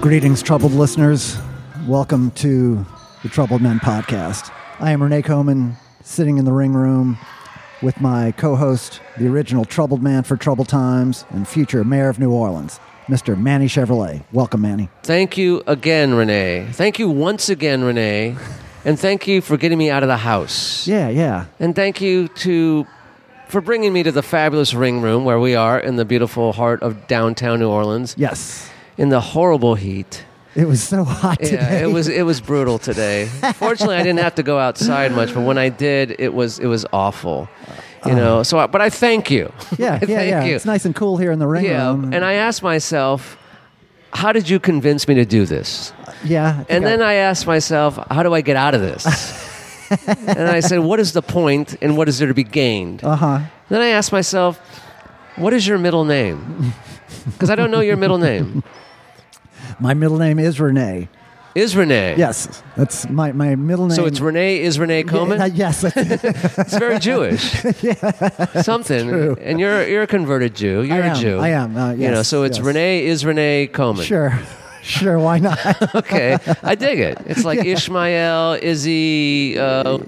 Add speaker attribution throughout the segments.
Speaker 1: Greetings, troubled listeners. Welcome to the Troubled Men podcast. I am Renee Coman, sitting in the ring room with my co host, the original troubled man for troubled times and future mayor of New Orleans, Mr. Manny Chevrolet. Welcome, Manny.
Speaker 2: Thank you again, Renee. Thank you once again, Renee. And thank you for getting me out of the house.
Speaker 1: Yeah, yeah.
Speaker 2: And thank you to for bringing me to the fabulous ring room where we are in the beautiful heart of downtown New Orleans
Speaker 1: Yes.
Speaker 2: in the horrible heat.
Speaker 1: It was so hot today.
Speaker 2: Yeah, it was it was brutal today. Fortunately, I didn't have to go outside much, but when I did, it was it was awful. You know, so I, but I thank you.
Speaker 1: Uh-huh. Yeah,
Speaker 2: I
Speaker 1: yeah,
Speaker 2: thank
Speaker 1: yeah.
Speaker 2: you.
Speaker 1: It's nice and cool here in the ring
Speaker 2: yeah,
Speaker 1: room.
Speaker 2: and I asked myself, how did you convince me to do this?
Speaker 1: yeah. I think
Speaker 2: And then I asked myself, how do I get out of this? and I said, what is the point and what is there to be gained?
Speaker 1: Uh huh.
Speaker 2: Then I asked myself, what is your middle name? Because I don't know your middle name.
Speaker 1: My middle name is Renee.
Speaker 2: Is Renee.
Speaker 1: Yes, that's my, my middle name.
Speaker 2: So it's Renee, is Renee Coman?
Speaker 1: Yeah, yes, that's-
Speaker 2: it's very Jewish. Something. And you're, you're a converted Jew. You're
Speaker 1: I am,
Speaker 2: a Jew.
Speaker 1: I am, uh,
Speaker 2: you know,
Speaker 1: yes,
Speaker 2: so it's
Speaker 1: yes.
Speaker 2: Renee, is Renee Coman.
Speaker 1: sure, sure. Why not?
Speaker 2: Okay. I dig it. It's like Ishmael, Izzy, uh,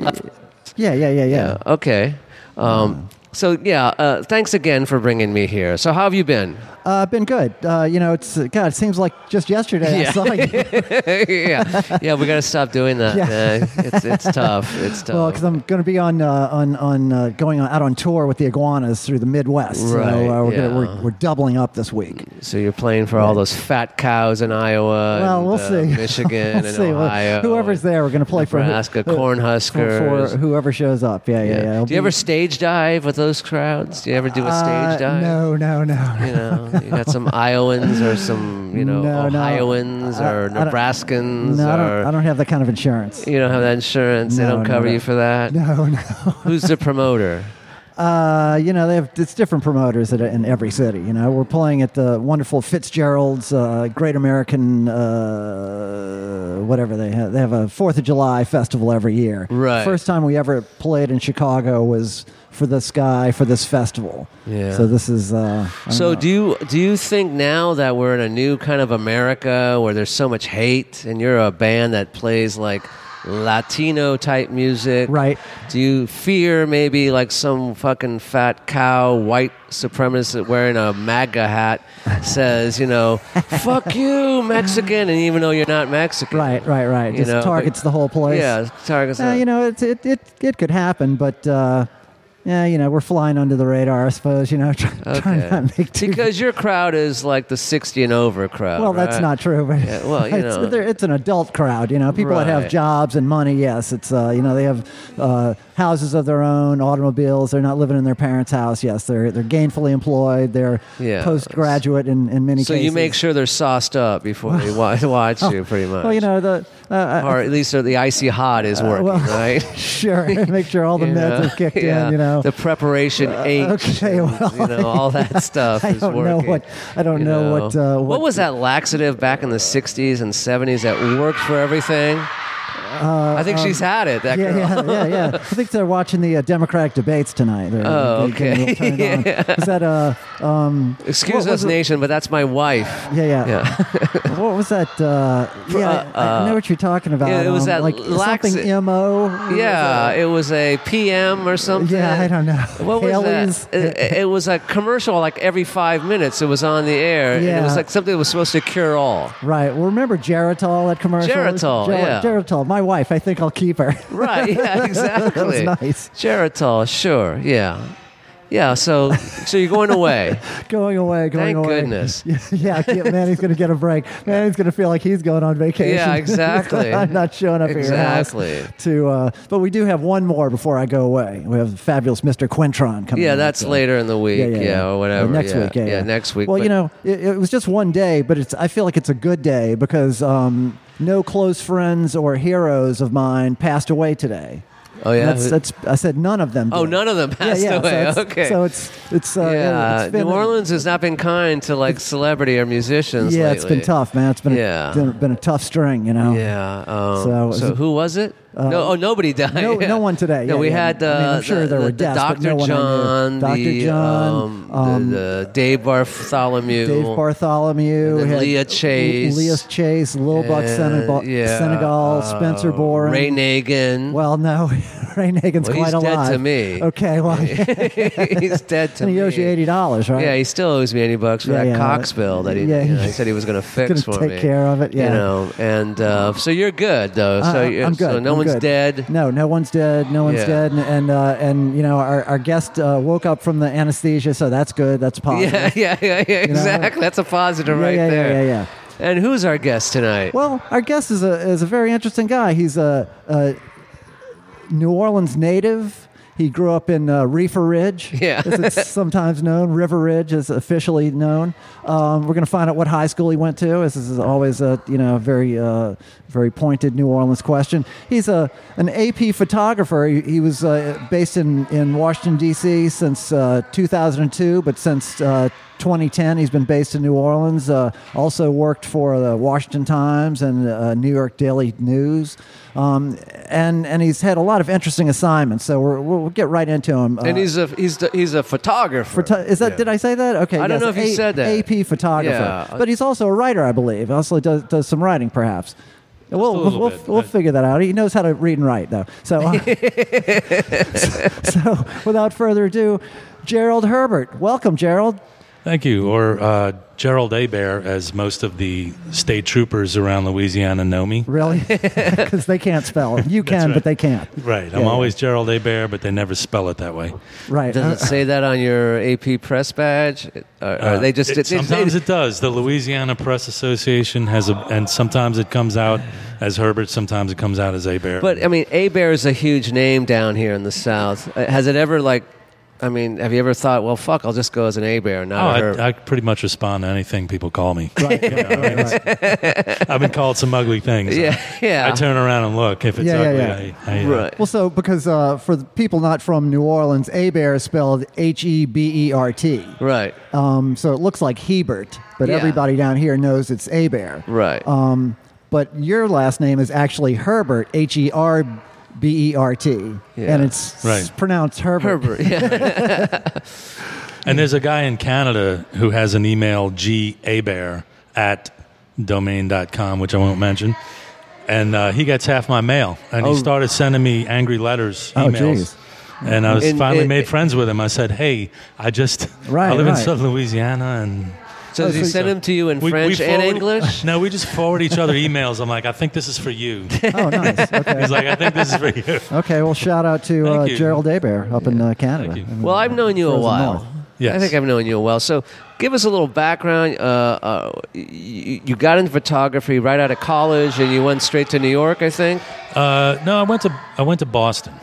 Speaker 1: Yeah, yeah, yeah, yeah.
Speaker 2: Okay. Um, so yeah, uh, thanks again for bringing me here. So how have you been?
Speaker 1: Uh, been good. Uh, you know, it's uh, God. It seems like just yesterday I
Speaker 2: Yeah.
Speaker 1: saw you.
Speaker 2: yeah, yeah, we got to stop doing that.
Speaker 1: Yeah.
Speaker 2: man. It's it's tough. It's tough.
Speaker 1: Well, because I'm going to be on uh, on on uh, going on, out on tour with the iguanas through the Midwest.
Speaker 2: Right,
Speaker 1: So uh, we're,
Speaker 2: yeah.
Speaker 1: gonna, we're we're doubling up this week.
Speaker 2: so you're playing for all those fat cows in Iowa.
Speaker 1: Well,
Speaker 2: and,
Speaker 1: we'll
Speaker 2: uh,
Speaker 1: see.
Speaker 2: Michigan
Speaker 1: We'll
Speaker 2: and
Speaker 1: see. Well,
Speaker 2: Ohio.
Speaker 1: whoever's
Speaker 2: and
Speaker 1: there, we're going to play for who-
Speaker 2: Nebraska
Speaker 1: who- for,
Speaker 2: Cornhuskers.
Speaker 1: for whoever shows up. Yeah, yeah, yeah.
Speaker 2: Yeah.
Speaker 1: It'll
Speaker 2: Do you ever
Speaker 1: be-
Speaker 2: stage dive with those crowds? Do you ever do a
Speaker 1: Uh,
Speaker 2: stage dive?
Speaker 1: No, no, no.
Speaker 2: You know, you got some Iowans or some you know
Speaker 1: No, no.
Speaker 2: Ohioans
Speaker 1: I-
Speaker 2: or
Speaker 1: I don't-
Speaker 2: Nebraskans
Speaker 1: No, I
Speaker 2: or
Speaker 1: don't, I don't have that kind of insurance.
Speaker 2: You don't have that insurance. they
Speaker 1: No,
Speaker 2: don't
Speaker 1: no,
Speaker 2: cover
Speaker 1: no.
Speaker 2: you for that.
Speaker 1: No, no.
Speaker 2: Who's the promoter?
Speaker 1: Uh, you know, they have it's different promoters at, in every city. You know, we're playing at the wonderful Fitzgerald's uh, Great American, uh, whatever they have. They have a Fourth of July festival every year.
Speaker 2: Right.
Speaker 1: First time we ever played in Chicago was for this guy for this festival.
Speaker 2: Yeah.
Speaker 1: So this is. Uh, I don't
Speaker 2: So
Speaker 1: know.
Speaker 2: do you do you think now that we're in a new kind of America where there's so much hate and you're a band that plays like Latino type music?
Speaker 1: Right.
Speaker 2: Do you fear maybe like some fucking fat cow white supremacist wearing a MAGA hat says, you know, fuck you, Mexican, and even though you're not Mexican.
Speaker 1: Right, right, right.
Speaker 2: You
Speaker 1: Just
Speaker 2: know, but-
Speaker 1: targets the whole place.
Speaker 2: Yeah, targets.
Speaker 1: Uh,
Speaker 2: the-
Speaker 1: you know, it, it, it, it could happen, but uh, yeah, you know, we're flying under the radar, I suppose. You know, try, trying to not make too
Speaker 2: because your crowd is like the 60 and over crowd.
Speaker 1: Well, that's
Speaker 2: right?
Speaker 1: not true. But
Speaker 2: Yeah, well, you
Speaker 1: it's,
Speaker 2: know.
Speaker 1: they're- it's an adult crowd. You know, people that have
Speaker 2: Right.
Speaker 1: jobs and money. Yes, it's uh, you know they have uh, houses of their own, automobiles. They're not living in their parents' house. Yes, they're they're gainfully employed. They're
Speaker 2: Yeah.
Speaker 1: postgraduate in, in many
Speaker 2: So
Speaker 1: cases.
Speaker 2: you make sure they're sauced up before they wa- watch you, pretty much.
Speaker 1: Well, you know the uh,
Speaker 2: or at least the icy hot is working,
Speaker 1: well,
Speaker 2: right?
Speaker 1: sure make sure all the
Speaker 2: You
Speaker 1: meds
Speaker 2: know?
Speaker 1: are kicked
Speaker 2: Yeah.
Speaker 1: in. You know. Uh,
Speaker 2: the preparation H,
Speaker 1: okay,
Speaker 2: and,
Speaker 1: well,
Speaker 2: you know all that stuff
Speaker 1: I
Speaker 2: is
Speaker 1: don't
Speaker 2: working.
Speaker 1: know what I don't
Speaker 2: you
Speaker 1: know, what, uh,
Speaker 2: what was that laxative back in the '60s and '70s that worked for everything? I think she's had it. That
Speaker 1: Uh, um, Yeah,
Speaker 2: girl.
Speaker 1: yeah, yeah, yeah. I think they're watching the uh, Democratic debates tonight. They're,
Speaker 2: Oh,
Speaker 1: they're getting
Speaker 2: okay.
Speaker 1: real turned on. Is that uh, um,
Speaker 2: Excuse
Speaker 1: What
Speaker 2: us,
Speaker 1: was it?
Speaker 2: nation, but that's my wife.
Speaker 1: Yeah, yeah.
Speaker 2: Yeah.
Speaker 1: what was that? Uh, yeah, I, I know what you're talking about.
Speaker 2: uh, yeah, it was
Speaker 1: um,
Speaker 2: that
Speaker 1: like
Speaker 2: lax-
Speaker 1: something mo. What was
Speaker 2: Yeah,
Speaker 1: that?
Speaker 2: it was a PM or something.
Speaker 1: yeah. I don't know.
Speaker 2: What was
Speaker 1: Haley's?
Speaker 2: that? Uh, It, it was a commercial like every five minutes. It was on the air. and it
Speaker 1: Yeah.
Speaker 2: was like something that was supposed to cure all.
Speaker 1: Right. Well, remember Geritol that commercial?
Speaker 2: Geritol,
Speaker 1: Ger-
Speaker 2: yeah.
Speaker 1: Geritol. My wife. I think I'll keep her.
Speaker 2: Right. Yeah. Exactly.
Speaker 1: That was nice.
Speaker 2: Geritol. Sure. Yeah. Yeah. So so you're going away.
Speaker 1: going away. Going
Speaker 2: Thank
Speaker 1: away.
Speaker 2: goodness.
Speaker 1: yeah. yeah man, he's gonna get a break. Man, he's gonna feel like he's going on vacation.
Speaker 2: Yeah, exactly.
Speaker 1: I'm not showing up at your
Speaker 2: Exactly.
Speaker 1: house. To. Uh, but we do have one more before I go away. We have the fabulous Mr. Quintron coming.
Speaker 2: Yeah.
Speaker 1: up,
Speaker 2: That's
Speaker 1: uh,
Speaker 2: later in the week. Yeah. or whatever.
Speaker 1: Uh, next
Speaker 2: yeah.
Speaker 1: week. Yeah, yeah.
Speaker 2: Next week.
Speaker 1: Well, you know,
Speaker 2: but-
Speaker 1: it, it was just one day, but it's. I feel like it's a good day because um, no close friends or heroes of mine passed away today.
Speaker 2: Oh yeah.
Speaker 1: That's, that's. I said none of them.
Speaker 2: Oh,
Speaker 1: did.
Speaker 2: none of them passed
Speaker 1: yeah, yeah,
Speaker 2: away.
Speaker 1: So it's,
Speaker 2: okay.
Speaker 1: So it's it's. Uh,
Speaker 2: yeah,
Speaker 1: it's been,
Speaker 2: New Orleans has not been kind to like celebrity or musicians.
Speaker 1: Yeah,
Speaker 2: lately.
Speaker 1: it's been tough, man. It's been
Speaker 2: Yeah.
Speaker 1: a, been, been a tough string, you know.
Speaker 2: Yeah. Um,
Speaker 1: Oh. So-
Speaker 2: so, who was it? no, oh, nobody died.
Speaker 1: Uh, No,
Speaker 2: Yeah.
Speaker 1: no one today.
Speaker 2: No,
Speaker 1: Yeah,
Speaker 2: we
Speaker 1: yeah.
Speaker 2: had.
Speaker 1: I
Speaker 2: Uh,
Speaker 1: mean, I'm sure
Speaker 2: the,
Speaker 1: there
Speaker 2: the,
Speaker 1: were
Speaker 2: the
Speaker 1: deaths, but
Speaker 2: Dr.
Speaker 1: no one I knew.
Speaker 2: John,
Speaker 1: Dr.
Speaker 2: the,
Speaker 1: John,
Speaker 2: um,
Speaker 1: um,
Speaker 2: the, the Dave Bartholomew,
Speaker 1: Dave Bartholomew,
Speaker 2: And then
Speaker 1: we had
Speaker 2: Leah Chase.
Speaker 1: Leah Chase, Lil Buck Senegal,
Speaker 2: yeah,
Speaker 1: Senegal Spencer
Speaker 2: uh,
Speaker 1: Boren,
Speaker 2: Ray Nagin.
Speaker 1: Well, no, Ray Nagin's
Speaker 2: Well,
Speaker 1: quite
Speaker 2: he's dead
Speaker 1: alive.
Speaker 2: to me.
Speaker 1: Okay, well, and
Speaker 2: he's dead to
Speaker 1: he
Speaker 2: me.
Speaker 1: owes you eighty dollars, right?
Speaker 2: Yeah, he still owes me eighty bucks for
Speaker 1: Yeah,
Speaker 2: that
Speaker 1: yeah.
Speaker 2: Cox bill that he,
Speaker 1: Yeah,
Speaker 2: you know, he
Speaker 1: he's
Speaker 2: said he was going to fix
Speaker 1: gonna
Speaker 2: for
Speaker 1: take
Speaker 2: me.
Speaker 1: care of it, yeah.
Speaker 2: you know. And uh, so you're good though.
Speaker 1: Uh,
Speaker 2: so you're,
Speaker 1: I'm good.
Speaker 2: So no
Speaker 1: I'm
Speaker 2: one's
Speaker 1: good.
Speaker 2: dead.
Speaker 1: No, no one's dead. No one's
Speaker 2: Yeah.
Speaker 1: dead. And and, uh, and you know, our, our guest uh, woke up from the anesthesia, so that's good. That's positive.
Speaker 2: Yeah, yeah, yeah, yeah. Exactly. That's a positive
Speaker 1: Yeah,
Speaker 2: right
Speaker 1: yeah, yeah,
Speaker 2: there.
Speaker 1: yeah, yeah.
Speaker 2: And who's our guest tonight?
Speaker 1: Well, our guest is a is a very interesting guy. He's a, a New Orleans native. He grew up in uh, Reefer Ridge,
Speaker 2: Yeah.
Speaker 1: as it's sometimes known. River Ridge is officially known. Um, we're going to find out what high school he went to. As this is always a you know very uh, very pointed New Orleans question. He's a an AP photographer. He, he was uh, based in in Washington D.C. since uh, 2002, but since uh, 2010 he's been based in New Orleans. Uh, also worked for the Washington Times and uh, New York Daily News. Um, and and he's had a lot of interesting assignments. So we're, we'll we'll get right into him. Uh,
Speaker 2: and he's a he's the, he's a photographer.
Speaker 1: Photo- is that
Speaker 2: Yeah.
Speaker 1: did I say that? Okay,
Speaker 2: I don't
Speaker 1: yes,
Speaker 2: know if you
Speaker 1: A-
Speaker 2: said that.
Speaker 1: AP photographer,
Speaker 2: Yeah.
Speaker 1: but he's also a writer, I believe. Also does does some writing, perhaps. We'll
Speaker 2: little
Speaker 1: we'll,
Speaker 2: bit.
Speaker 1: we'll figure that out. He knows how to read and write, though. So, uh, so without further ado, Gerald Herbert, welcome, Gerald.
Speaker 3: Thank you. Or uh, Gerald Abear, as most of the state troopers around Louisiana know me.
Speaker 1: Really? Because they can't spell. You can,
Speaker 3: right.
Speaker 1: but they can't.
Speaker 3: Right.
Speaker 1: Yeah,
Speaker 3: I'm always Gerald Abear, but they never spell it that way.
Speaker 1: Right.
Speaker 2: Does it
Speaker 1: Uh,
Speaker 2: say that on your AP press badge? Or, or
Speaker 3: Uh,
Speaker 2: they just
Speaker 3: it-
Speaker 2: did- they-
Speaker 3: sometimes it does. The Louisiana Press Association has a, and sometimes it comes out as Herbert. Sometimes it comes out as Abear.
Speaker 2: But I mean, A Bear is a huge name down here in the South. Uh, Has it ever like? I mean, have you ever thought, well, fuck, I'll just go as an A Bear,
Speaker 3: oh,
Speaker 2: not a Herb?
Speaker 3: I, I pretty much respond to anything people call me. Right. I've been called some ugly things.
Speaker 2: yeah, yeah.
Speaker 3: I turn around and look. If it's
Speaker 1: Yeah, yeah,
Speaker 3: ugly,
Speaker 1: yeah.
Speaker 3: I, I, uh,
Speaker 2: right.
Speaker 1: well, so because uh, for the people not from New Orleans, Abear is spelled H E B E R T.
Speaker 2: Right.
Speaker 1: Um, so it looks like Hebert, but
Speaker 2: Yeah.
Speaker 1: everybody down here knows it's Abear.
Speaker 2: Right.
Speaker 1: Um, but your last name is actually Herbert, H E R B E R T,
Speaker 2: Yeah.
Speaker 1: and it's
Speaker 3: Right.
Speaker 1: pronounced Herbert.
Speaker 2: Herbert. Yeah.
Speaker 3: And there's a guy in Canada who has an email, gabear at domain.com, which I won't mention. And uh, he gets half my mail. And he started sending me angry letters,
Speaker 1: Oh,
Speaker 3: emails.
Speaker 1: geez.
Speaker 3: and I was
Speaker 2: And
Speaker 3: finally
Speaker 2: it-
Speaker 3: made friends with him. I said, hey, I just,
Speaker 1: Right,
Speaker 3: I live
Speaker 1: right.
Speaker 3: in Southern Louisiana. And
Speaker 2: So does he send them to you in
Speaker 3: we- we
Speaker 2: French and
Speaker 3: forward-
Speaker 2: English?
Speaker 3: No, we just forward each other emails. I'm like, I think this is for you.
Speaker 1: Oh, nice. Okay.
Speaker 3: He's like, I think this is for you.
Speaker 1: okay. Well, shout out to uh,
Speaker 3: Thank you.
Speaker 1: Gerald Abear up in uh, Canada.
Speaker 3: Thank you.
Speaker 1: And,
Speaker 2: Well, I've known you a
Speaker 1: Frozen
Speaker 2: while.
Speaker 1: North.
Speaker 3: Yes.
Speaker 2: I think I've known you a while. So give us a little background. Uh, uh, you, you got into photography right out of college and you went straight to New York, I think.
Speaker 3: Uh, no, I went to I went to Boston.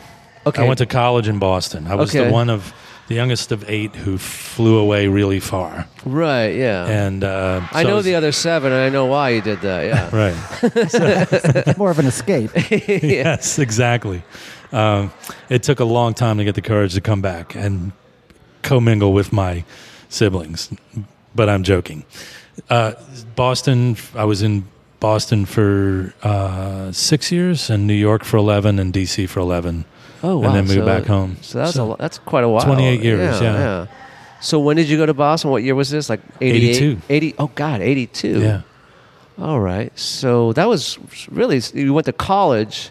Speaker 2: Okay.
Speaker 3: I went to college in Boston. I was
Speaker 2: Okay.
Speaker 3: the one of the youngest of eight who flew away really far.
Speaker 2: Right, yeah.
Speaker 3: And uh,
Speaker 2: I
Speaker 3: so
Speaker 2: know
Speaker 3: was-
Speaker 2: the other seven and I know why you did that, yeah.
Speaker 3: right.
Speaker 1: more of an escape.
Speaker 3: yes, exactly. Um, it took a long time to get the courage to come back and commingle with my siblings, but I'm joking. Uh, Boston. I was in Boston for uh, six years, and New York for eleven, and DC for eleven.
Speaker 2: Oh, wow.
Speaker 3: And then moved
Speaker 2: So-
Speaker 3: back home.
Speaker 2: So that's,
Speaker 3: So-
Speaker 2: a lo- that's quite a while.
Speaker 3: 28 years, yeah.
Speaker 2: So when did you go to Boston? What year was this? Like 88?
Speaker 3: 82.
Speaker 2: 80, oh, God, 82.
Speaker 3: Yeah.
Speaker 2: All right. So that was really, you went to college.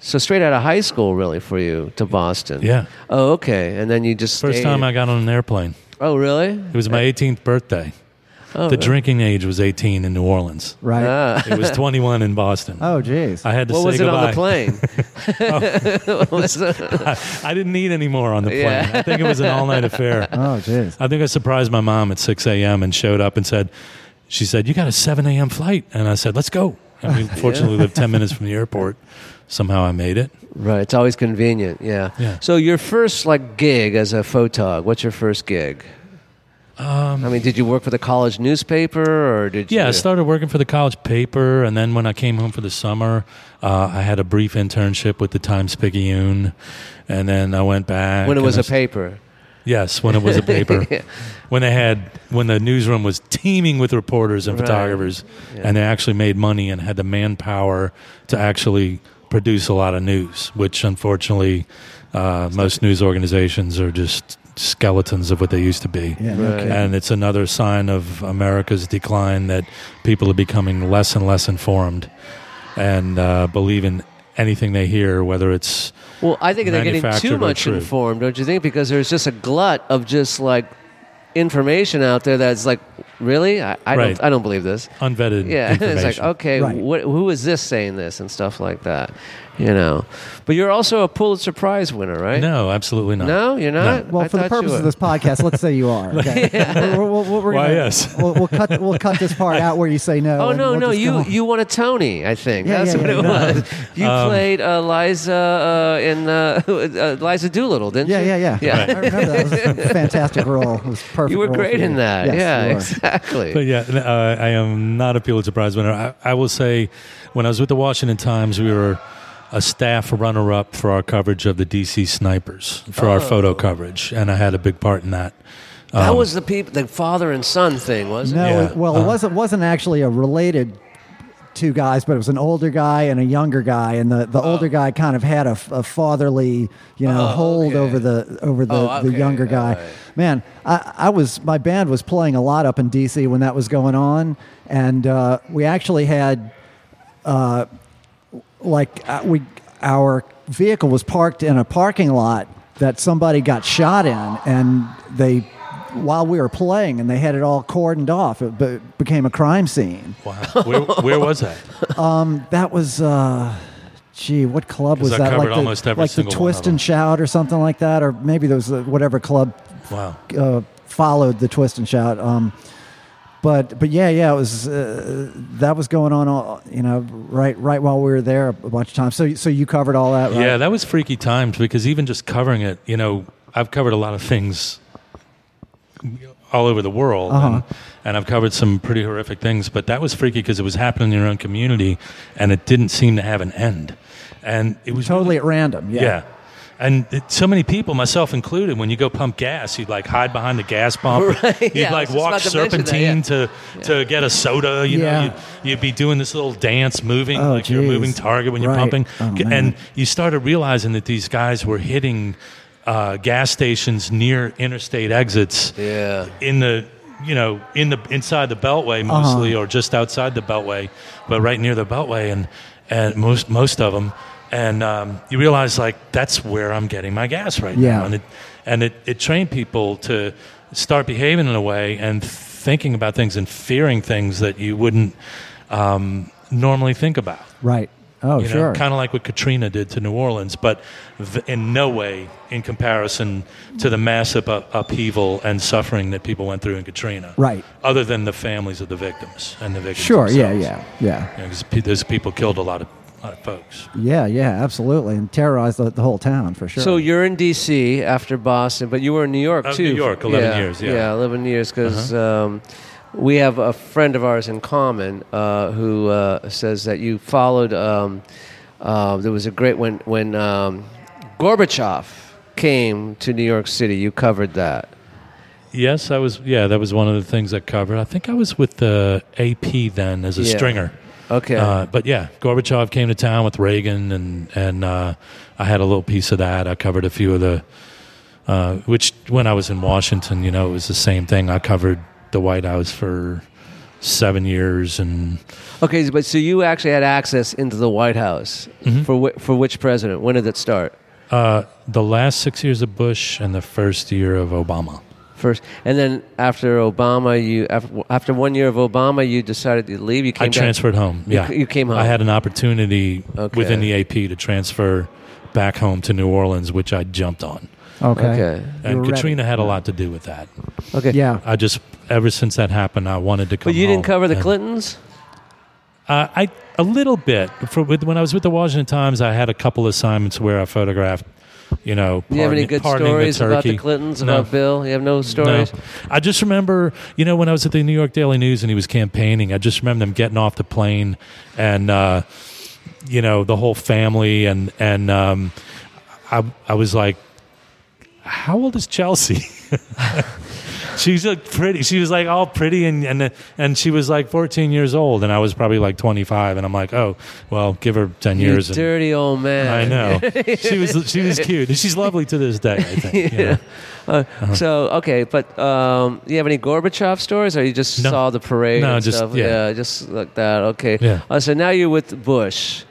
Speaker 2: So straight out of high school, really, for you to Boston.
Speaker 3: Yeah.
Speaker 2: Oh, okay. And then you just
Speaker 3: First
Speaker 2: stayed-
Speaker 3: time I got on an airplane.
Speaker 2: Oh, really?
Speaker 3: It was my 18th birthday.
Speaker 2: Oh,
Speaker 3: The drinking age was 18 in New Orleans.
Speaker 1: Right.
Speaker 2: Ah.
Speaker 3: It was 21 in Boston.
Speaker 1: oh, geez.
Speaker 3: I had to
Speaker 2: Uh, What was
Speaker 3: say
Speaker 2: it
Speaker 3: goodbye.
Speaker 2: on the plane? What was it?
Speaker 3: I didn't need any more on the plane.
Speaker 2: Yeah. Uh-huh.
Speaker 3: I think it was an all-night affair.
Speaker 1: oh, geez.
Speaker 3: I think I surprised my mom at 6 a.m. and showed up and said, "She said you got a 7 a.m. flight," and I said, "Let's go." And we fortunately lived 10 minutes from the airport. Somehow I made it.
Speaker 2: Right, it's always convenient. Yeah.
Speaker 3: Yeah.
Speaker 2: So your first like gig as a photog, what's your first gig? Um, I mean, did you work for the college newspaper or did you?
Speaker 3: Yeah, I started working for the college paper, and then when I came home for the summer, uh, I had a brief internship with the Times Picayune, and then I went back.
Speaker 2: when it
Speaker 3: and
Speaker 2: was
Speaker 3: I
Speaker 2: a
Speaker 3: s-
Speaker 2: paper.
Speaker 3: Yes, when it was a paper. When they had when the newsroom was teeming with reporters and
Speaker 2: Right.
Speaker 3: photographers
Speaker 2: Yeah.
Speaker 3: and they actually made money and had the manpower to actually produce a lot of news, which unfortunately uh, most news organizations are just skeletons of what they used to be.
Speaker 1: Yeah, no
Speaker 2: Right.
Speaker 1: kidding.
Speaker 3: And it's another sign of America's decline that people are becoming less and less informed and uh, believe in anything they hear, whether it's
Speaker 2: Well, I think they're getting
Speaker 3: Manufactured
Speaker 2: too
Speaker 3: or
Speaker 2: much
Speaker 3: true?
Speaker 2: informed, don't you think? Because there's just a glut of just like information out there that's like, really? I, I
Speaker 3: Right.
Speaker 2: don't, I don't believe this.
Speaker 3: unvetted
Speaker 2: Yeah, it's
Speaker 3: information.
Speaker 2: like okay,
Speaker 1: Right.
Speaker 2: what, who is this saying this and stuff like that, you know? But you're also a Pulitzer Prize winner, right?
Speaker 3: No, absolutely not.
Speaker 2: no, you're not.
Speaker 1: Well,
Speaker 2: I
Speaker 1: for the
Speaker 2: thought you
Speaker 1: purpose of
Speaker 2: were.
Speaker 1: this podcast, let's say you are. Okay? We're- we're- we're- we're
Speaker 3: Why,
Speaker 1: gonna-
Speaker 3: yes.
Speaker 1: We'll, we'll cut. We'll cut this part out where you say no.
Speaker 2: Oh
Speaker 1: and
Speaker 2: no,
Speaker 1: we'll
Speaker 2: no,
Speaker 1: just
Speaker 2: you
Speaker 1: come on.
Speaker 2: you won a Tony, I think.
Speaker 1: Yeah,
Speaker 2: That's
Speaker 1: yeah,
Speaker 2: what
Speaker 1: yeah,
Speaker 2: it
Speaker 1: no.
Speaker 2: was. You
Speaker 3: Um,
Speaker 2: played uh, Liza uh, in uh, uh, Liza Doolittle, didn't
Speaker 1: Yeah,
Speaker 2: you?
Speaker 1: yeah, yeah.
Speaker 2: Yeah.
Speaker 1: I remember that. It was a fantastic role. It was a perfect.
Speaker 2: You were
Speaker 1: role
Speaker 2: great
Speaker 1: for
Speaker 2: in
Speaker 1: you.
Speaker 2: that.
Speaker 1: Yes, you
Speaker 2: yeah,
Speaker 1: were.
Speaker 2: exactly.
Speaker 3: But yeah, uh, I am not a Pulitzer Prize winner. I, I will say, when I was with the Washington Times, we were a staff runner up for our coverage of the DC snipers for our photo coverage, and I had a big part in that.
Speaker 2: that
Speaker 3: Um,
Speaker 2: was the peop- the father and son thing, wasn't
Speaker 1: No,
Speaker 2: it?
Speaker 3: Yeah.
Speaker 1: it, well, it
Speaker 3: Uh-huh.
Speaker 1: wasn't wasn't actually a related two guys, but it was an older guy and a younger guy, and the, the older guy kind of had a, f- a fatherly, you know,
Speaker 2: Oh,
Speaker 1: hold
Speaker 2: okay.
Speaker 1: over the over the,
Speaker 2: Oh,
Speaker 1: the
Speaker 2: okay,
Speaker 1: younger guy.
Speaker 2: alright.
Speaker 1: Man, I, I was my band was playing a lot up in D.C. when that was going on, and uh, we actually had uh, like uh, we our vehicle was parked in a parking lot that somebody got shot in and they while we were playing and they had it all cordoned off it be- became a crime scene
Speaker 3: Wow. Where, where was that?
Speaker 1: that was uh gee what club
Speaker 3: 'Cause
Speaker 1: was
Speaker 3: I
Speaker 1: that
Speaker 3: covered
Speaker 1: like the,
Speaker 3: almost every
Speaker 1: like the
Speaker 3: single one of
Speaker 1: twist
Speaker 3: them.
Speaker 1: and shout or something like that or maybe there was uh, whatever club
Speaker 3: Wow.
Speaker 1: uh, followed the twist and shout. Um, but but yeah yeah it was uh, that was going on all, you know right right while we were there a bunch of times. So so you covered all that right?
Speaker 3: Yeah, that was freaky times because even just covering it, you know, I've covered a lot of things all over the world, and, and I've covered some pretty horrific things. But that was freaky because it was happening in your own community, and it didn't seem to have an end. And it was
Speaker 1: totally at random. Yeah.
Speaker 3: yeah. And it, so many people, myself included, when you go pump gas, you'd like hide behind the gas pump.
Speaker 2: Right,
Speaker 3: you'd
Speaker 2: yeah, I was
Speaker 3: like
Speaker 2: just
Speaker 3: walk
Speaker 2: about to mention that,
Speaker 3: serpentine to to get a soda. You
Speaker 1: Yeah.
Speaker 3: know, you'd, you'd be doing this little dance, moving
Speaker 1: Oh,
Speaker 3: like you're a
Speaker 1: geez.
Speaker 3: moving target when you're
Speaker 1: Right.
Speaker 3: pumping.
Speaker 1: Oh, man.
Speaker 3: and you started realizing that these guys were hitting uh, gas stations near interstate exits
Speaker 2: Yeah.
Speaker 3: in the you know in the inside the beltway mostly or just outside the beltway but right near the beltway and and most most of them and um, you realize like that's where i'm getting my gas right
Speaker 1: Yeah.
Speaker 3: now and it and it, it trained people to start behaving in a way and thinking about things and fearing things that you wouldn't um, normally think about
Speaker 1: Right. Oh
Speaker 3: you know,
Speaker 1: sure.
Speaker 3: kind of like what Katrina did to New Orleans, but th- in no way in comparison to the massive up- upheaval and suffering that people went through in Katrina.
Speaker 1: Right.
Speaker 3: Other than the families of the victims and the victims.
Speaker 1: sure. Yeah.
Speaker 3: themselves.
Speaker 1: Yeah. Yeah.
Speaker 3: You know, 'cause pe- those people killed a lot of, lot of folks.
Speaker 1: Yeah. Yeah. Absolutely. And terrorized the, the whole town for sure.
Speaker 2: So you're in D.C. after Boston, but you were in New York
Speaker 3: Uh,
Speaker 2: too.
Speaker 3: New York, 11 years, yeah. Uh-huh.
Speaker 2: yeah, eleven years, because um, we have a friend of ours in common uh, who uh, says that you followed. Um, uh, there was a great when when um, Gorbachev came to New York City. You covered that.
Speaker 3: Yes, I was. Yeah, that was one of the things I covered. I think I was with the AP then as a
Speaker 2: Yeah.
Speaker 3: stringer.
Speaker 2: Okay.
Speaker 3: Uh, but yeah, Gorbachev came to town with Reagan, and and uh, I had a little piece of that. I covered a few of the, uh, which when I was in Washington, you know, it was the same thing. I covered the White House for seven years, and
Speaker 2: okay, but so you actually had access into the White House
Speaker 3: Mm-hmm.
Speaker 2: for whi for which president? When did it start?
Speaker 3: uh, the last six years of Bush and the first year of Obama.
Speaker 2: First, and then after Obama, you after, after one year of Obama, you decided to leave. You came.
Speaker 3: I
Speaker 2: back-
Speaker 3: transferred home.
Speaker 2: You
Speaker 3: Yeah,
Speaker 2: c- you came home.
Speaker 3: I had an opportunity
Speaker 2: Okay.
Speaker 3: within the AP to transfer back home to New Orleans, which I jumped on.
Speaker 1: okay.
Speaker 2: Okay.
Speaker 1: You were
Speaker 3: And
Speaker 1: ready.
Speaker 3: Katrina had a lot to do with that.
Speaker 2: Okay.
Speaker 1: Yeah.
Speaker 3: I just ever since that happened, I wanted to come.
Speaker 2: But you
Speaker 3: home.
Speaker 2: didn't cover the
Speaker 3: And,
Speaker 2: Clintons?
Speaker 3: Uh, I a little bit. For, with, when I was with the Washington Times, I had a couple assignments where I photographed. You know,
Speaker 2: Do you have any
Speaker 3: pardoning-
Speaker 2: good
Speaker 3: pardoning the
Speaker 2: stories about the
Speaker 3: turkey.
Speaker 2: Clintons,
Speaker 3: No.
Speaker 2: about Bill? You have no stories?
Speaker 3: No. I just remember, you know, when I was at the New York Daily News and he was campaigning, I just remember them getting off the plane and, uh, you know, the whole family. And, and um, I, I was like, how old is Chelsea? She's looked pretty. She was like all pretty, and and and she was like 14 years old, and I was probably like 25, and I'm like, oh, well, give her 10
Speaker 2: You
Speaker 3: years. and-
Speaker 2: dirty old
Speaker 3: I
Speaker 2: man.
Speaker 3: know. she was she was cute, and she's lovely to this day. I think. you know. Uh-huh.
Speaker 2: So okay, but um, you have any Gorbachev stories, or you just
Speaker 3: No.
Speaker 2: saw the parade?
Speaker 3: No,
Speaker 2: and
Speaker 3: just-
Speaker 2: stuff?
Speaker 3: yeah.
Speaker 2: just like that. Okay.
Speaker 3: Yeah.
Speaker 2: Uh, so now you're with Bush.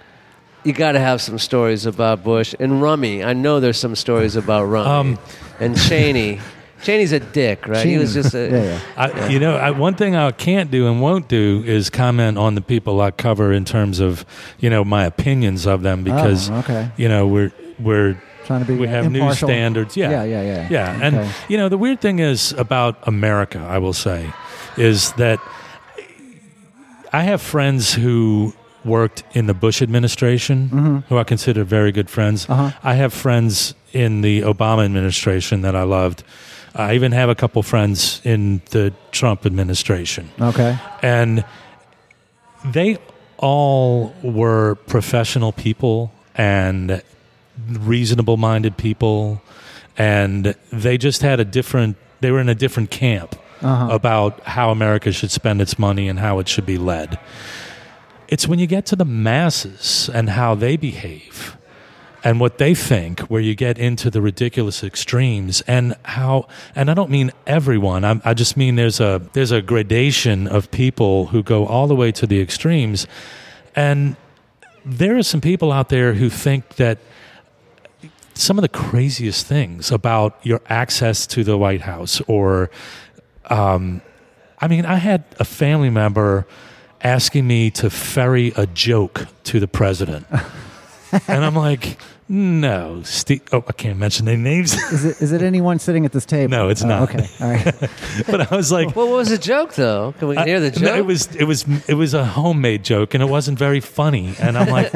Speaker 2: You got to have some stories about Bush and Rummy. I know there's some stories about Rummy
Speaker 3: Um,
Speaker 2: and Cheney. Cheney's a dick, right? He was
Speaker 1: Cheney.
Speaker 2: just a,
Speaker 1: Yeah, yeah.
Speaker 3: I, you know, I, one thing I can't do and won't do is comment on the people I cover in terms of, you know, my opinions of them because,
Speaker 1: Oh, okay.
Speaker 3: you know, we're we're
Speaker 1: Trying to be
Speaker 3: we have new
Speaker 1: impartial.
Speaker 3: standards. Yeah,
Speaker 1: Yeah, yeah, yeah.
Speaker 3: yeah. And
Speaker 1: Okay.
Speaker 3: you know, the weird thing is about America, I will say, is that I have friends who worked in the Bush administration who I consider very good friends.
Speaker 1: Mm-hmm. Uh-huh.
Speaker 3: I have friends in the Obama administration that I loved. I even have a couple friends in the Trump administration
Speaker 1: Okay.
Speaker 3: and they all were professional people and reasonable minded people and they just had a different they were in a different camp about how america should spend its money and how it should be led it's when you get to the masses and how they behave and what they think where you get into the ridiculous extremes and how and i don't mean everyone I, I just mean there's a there's a gradation of people who go all the way to the extremes and there are some people out there who think that some of the craziest things about your access to the white house or um, I mean, I had a family member asking me to ferry a joke to the president. and I'm like, no, Steve. Oh, I can't mention their names.
Speaker 1: Is it is it anyone sitting at this table?
Speaker 3: No, it's
Speaker 1: Oh,
Speaker 3: not.
Speaker 1: Okay. All right.
Speaker 3: but I was like,
Speaker 2: Well, what was the joke though? Can we
Speaker 3: I-
Speaker 2: hear the joke?
Speaker 3: No, it was it was it was a homemade joke, and it wasn't very funny. And I'm like,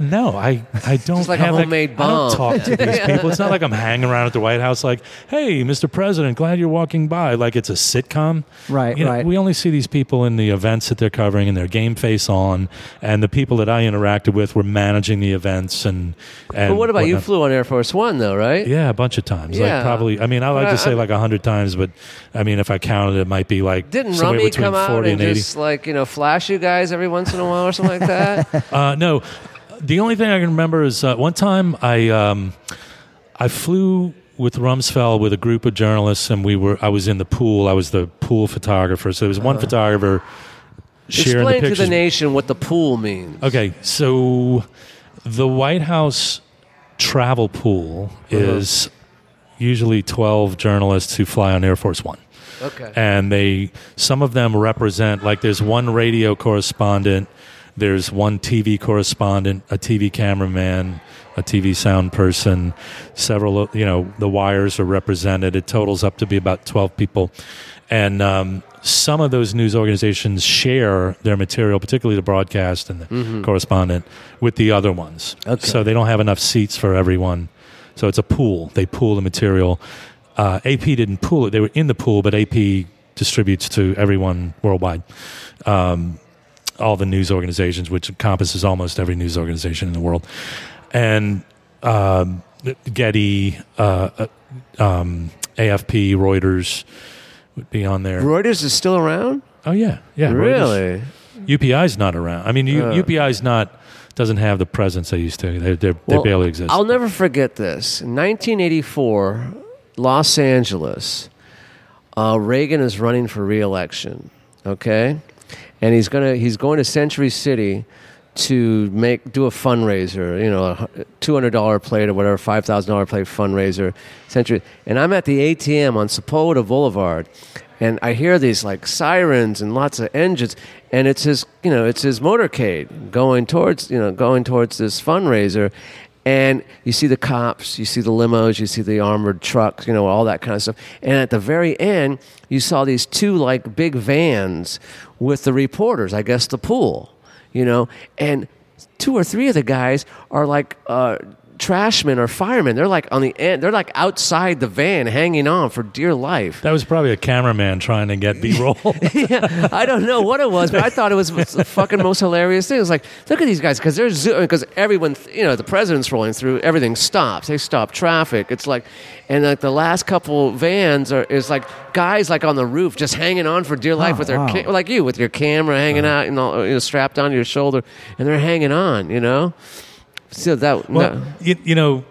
Speaker 3: no, I I don't
Speaker 2: Just like a
Speaker 3: have that-
Speaker 2: homemade
Speaker 3: I don't
Speaker 2: bomb.
Speaker 3: talk to these people. It's not like I'm hanging around at the White House, like, hey, Mr. President, glad you're walking by. Like it's a sitcom,
Speaker 1: Right,
Speaker 3: You know,
Speaker 1: right.
Speaker 3: We only see these people in the events that they're covering and their game face on, and the people that I interacted with were managing the events and. and
Speaker 2: but what about you?
Speaker 3: whatnot.
Speaker 2: Flew on Air Force One though, right?
Speaker 3: Yeah, a bunch of times.
Speaker 2: Yeah.
Speaker 3: Like probably. I mean, I like
Speaker 2: But I-
Speaker 3: to say like a hundred times, but I mean, if I counted, it might be like
Speaker 2: Didn't
Speaker 3: somewhere
Speaker 2: Rummy
Speaker 3: between
Speaker 2: come out
Speaker 3: forty
Speaker 2: and,
Speaker 3: and eighty.
Speaker 2: just like you know flash you guys every once in a while or something like that?
Speaker 3: Uh, no, the only thing I can remember is uh, one time I um, I flew with Rumsfeld with a group of journalists, and we were I was in the pool. I was the pool photographer, so there was one photographer
Speaker 2: Uh-huh.
Speaker 3: sharing
Speaker 2: Explain
Speaker 3: the
Speaker 2: to
Speaker 3: pictures.
Speaker 2: the nation what the pool means.
Speaker 3: okay, so the White House travel pool
Speaker 2: Uh-huh.
Speaker 3: is usually twelve journalists who fly on Air Force One
Speaker 2: Okay.
Speaker 3: and they some of them represent like there's one radio correspondent there's one tv correspondent a tv cameraman a tv sound person several you know the wires are represented it totals up to be about 12 people and um, some of those news organizations share their material particularly the broadcast and the correspondent with the other ones
Speaker 2: Okay.
Speaker 3: so they don't have enough seats for everyone so it's a pool. They pool the material. Uh, AP didn't pool it. They were in the pool, but AP distributes to everyone worldwide. Um, all the news organizations, which encompasses almost every news organization in the world. And um, Getty, uh, uh, um, AFP, Reuters would be on there.
Speaker 2: Reuters is still around?
Speaker 3: Oh, yeah. Yeah. Reuters.
Speaker 2: Really? Uh.
Speaker 3: UPI's not around. I mean, U- UPI's not, doesn't have the presence they used to. They, they're-
Speaker 2: Well,
Speaker 3: they barely exist.
Speaker 2: I'll never forget this. In 1984, Los Angeles, uh, Reagan is running for reelection, okay? And he's, gonna, he's going to Century City to make do a fundraiser, you know, a hu- $200 plate or whatever, $5,000 plate fundraiser. Century. And I'm at the ATM on Sepulveda Boulevard. And I hear these like sirens and lots of engines, and it's his, you know, it's his motorcade going towards, you know, going towards this fundraiser, and you see the cops, you see the limos, you see the armored trucks, you know, all that kind of stuff. And at the very end, you saw these two like big vans with the reporters, I guess the pool, you know, and two or three of the guys are like uh, trashmen or firemen. They're like on the end. They're like outside the van, hanging on for dear life.
Speaker 3: That was probably a cameraman trying to get B roll.
Speaker 2: yeah, I don't know what it was, but I thought it was the fucking most hilarious thing. It was like, look at these guys because they're zooming because everyone, you know, the president's rolling through, everything stops. They stop traffic. It's like, and like the last couple vans are is like guys like on the roof just hanging on for dear life
Speaker 1: Oh,
Speaker 2: with their
Speaker 1: wow.
Speaker 2: ca- like you with your camera hanging out and all, you know, strapped onto your shoulder, and they're hanging on, you know. So that
Speaker 3: Well,
Speaker 2: no.
Speaker 3: you, you know,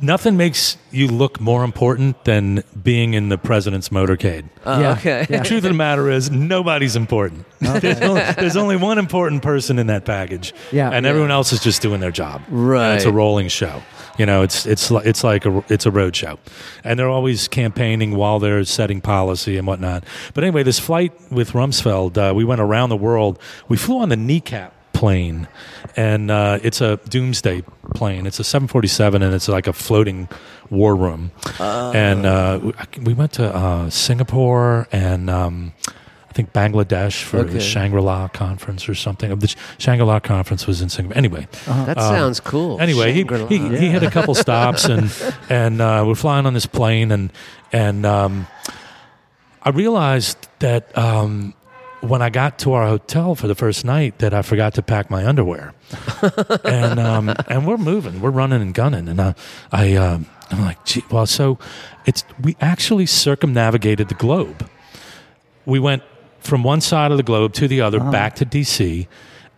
Speaker 3: nothing makes you look more important than being in the president's motorcade.
Speaker 2: Oh,
Speaker 1: Uh, Yeah,
Speaker 2: okay.
Speaker 3: The truth of the matter is, nobody's important. There's, only, there's only one important person in that package,
Speaker 1: Yeah.
Speaker 3: and everyone else is just doing their job.
Speaker 2: Right.
Speaker 3: and it's a rolling show. You know, it's it's li- it's like a it's a road show, and they're always campaigning while they're setting policy and whatnot. But anyway, this flight with Rumsfeld, uh, we went around the world. We flew on the kneecap plane, and uh, it's a doomsday plane. It's a 747, and it's like a floating war room.
Speaker 2: Ah.
Speaker 3: and uh, we- I c- we went to uh, Singapore and. Um, I think Bangladesh for
Speaker 2: Okay.
Speaker 3: the Shangri La conference or something. The Sh- Shangri La conference was in Singapore. Anyway,
Speaker 2: That
Speaker 3: Um,
Speaker 2: sounds cool.
Speaker 3: Anyway, he,
Speaker 2: Shangri-La.
Speaker 3: he, he hit a couple stops and and uh, we're flying on this plane and and um, I realized that um, when I got to our hotel for the first night that I forgot to pack my underwear and um, and we're moving, we're running and gunning and I I um, I'm like gee well so it's we actually circumnavigated the globe we went from one side of the globe to the other back to DC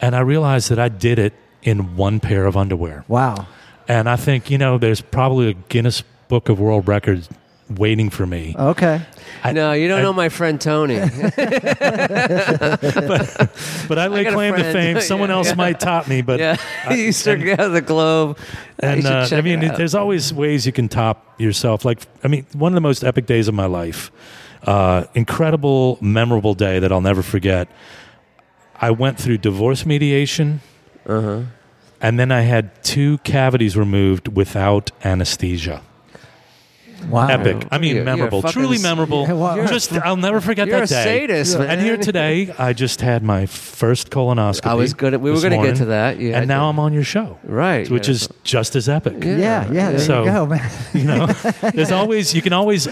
Speaker 3: and I realized that I did it in one pair of underwear.
Speaker 1: Wow.
Speaker 3: And I think, you know, there's probably a Guinness Book of World Records waiting for me.
Speaker 2: Uh,
Speaker 1: Okay.
Speaker 3: I-
Speaker 2: no, you don't
Speaker 3: I-
Speaker 2: know my friend Tony.
Speaker 3: But I lay
Speaker 2: got a
Speaker 3: claim to
Speaker 2: friend.
Speaker 3: fame. Someone
Speaker 2: Yeah,
Speaker 3: else
Speaker 2: yeah.
Speaker 3: might top me, but
Speaker 2: yeah, you circled out of the globe.
Speaker 3: and
Speaker 2: you should
Speaker 3: uh,
Speaker 2: check
Speaker 3: I mean,
Speaker 2: it out.
Speaker 3: there's always ways you can top yourself. Like, I mean, one of the most epic days of my life, uh, incredible, memorable day that I'll never forget. I went through divorce mediation,
Speaker 2: Uh-huh.
Speaker 3: and then I had two cavities removed without anesthesia.
Speaker 1: Wow.
Speaker 3: Epic. I mean,
Speaker 2: You're- you're
Speaker 3: memorable.
Speaker 2: fucking
Speaker 3: Truly
Speaker 2: s-
Speaker 3: memorable.
Speaker 1: Yeah, wow.
Speaker 3: Just, I'll never forget
Speaker 2: You're
Speaker 3: that
Speaker 2: a
Speaker 3: day.
Speaker 2: sadist, man.
Speaker 3: And here today, I just had my first colonoscopy.
Speaker 2: I was gonna- we were
Speaker 3: this
Speaker 2: gonna get
Speaker 3: morning,
Speaker 2: to that. You had
Speaker 3: and now
Speaker 2: to-
Speaker 3: I'm on your show,
Speaker 2: Right,
Speaker 3: Which
Speaker 2: yeah.
Speaker 3: is just as epic.
Speaker 1: Yeah. Yeah. There
Speaker 3: So-
Speaker 1: you go, man.
Speaker 3: You know, there's always you can always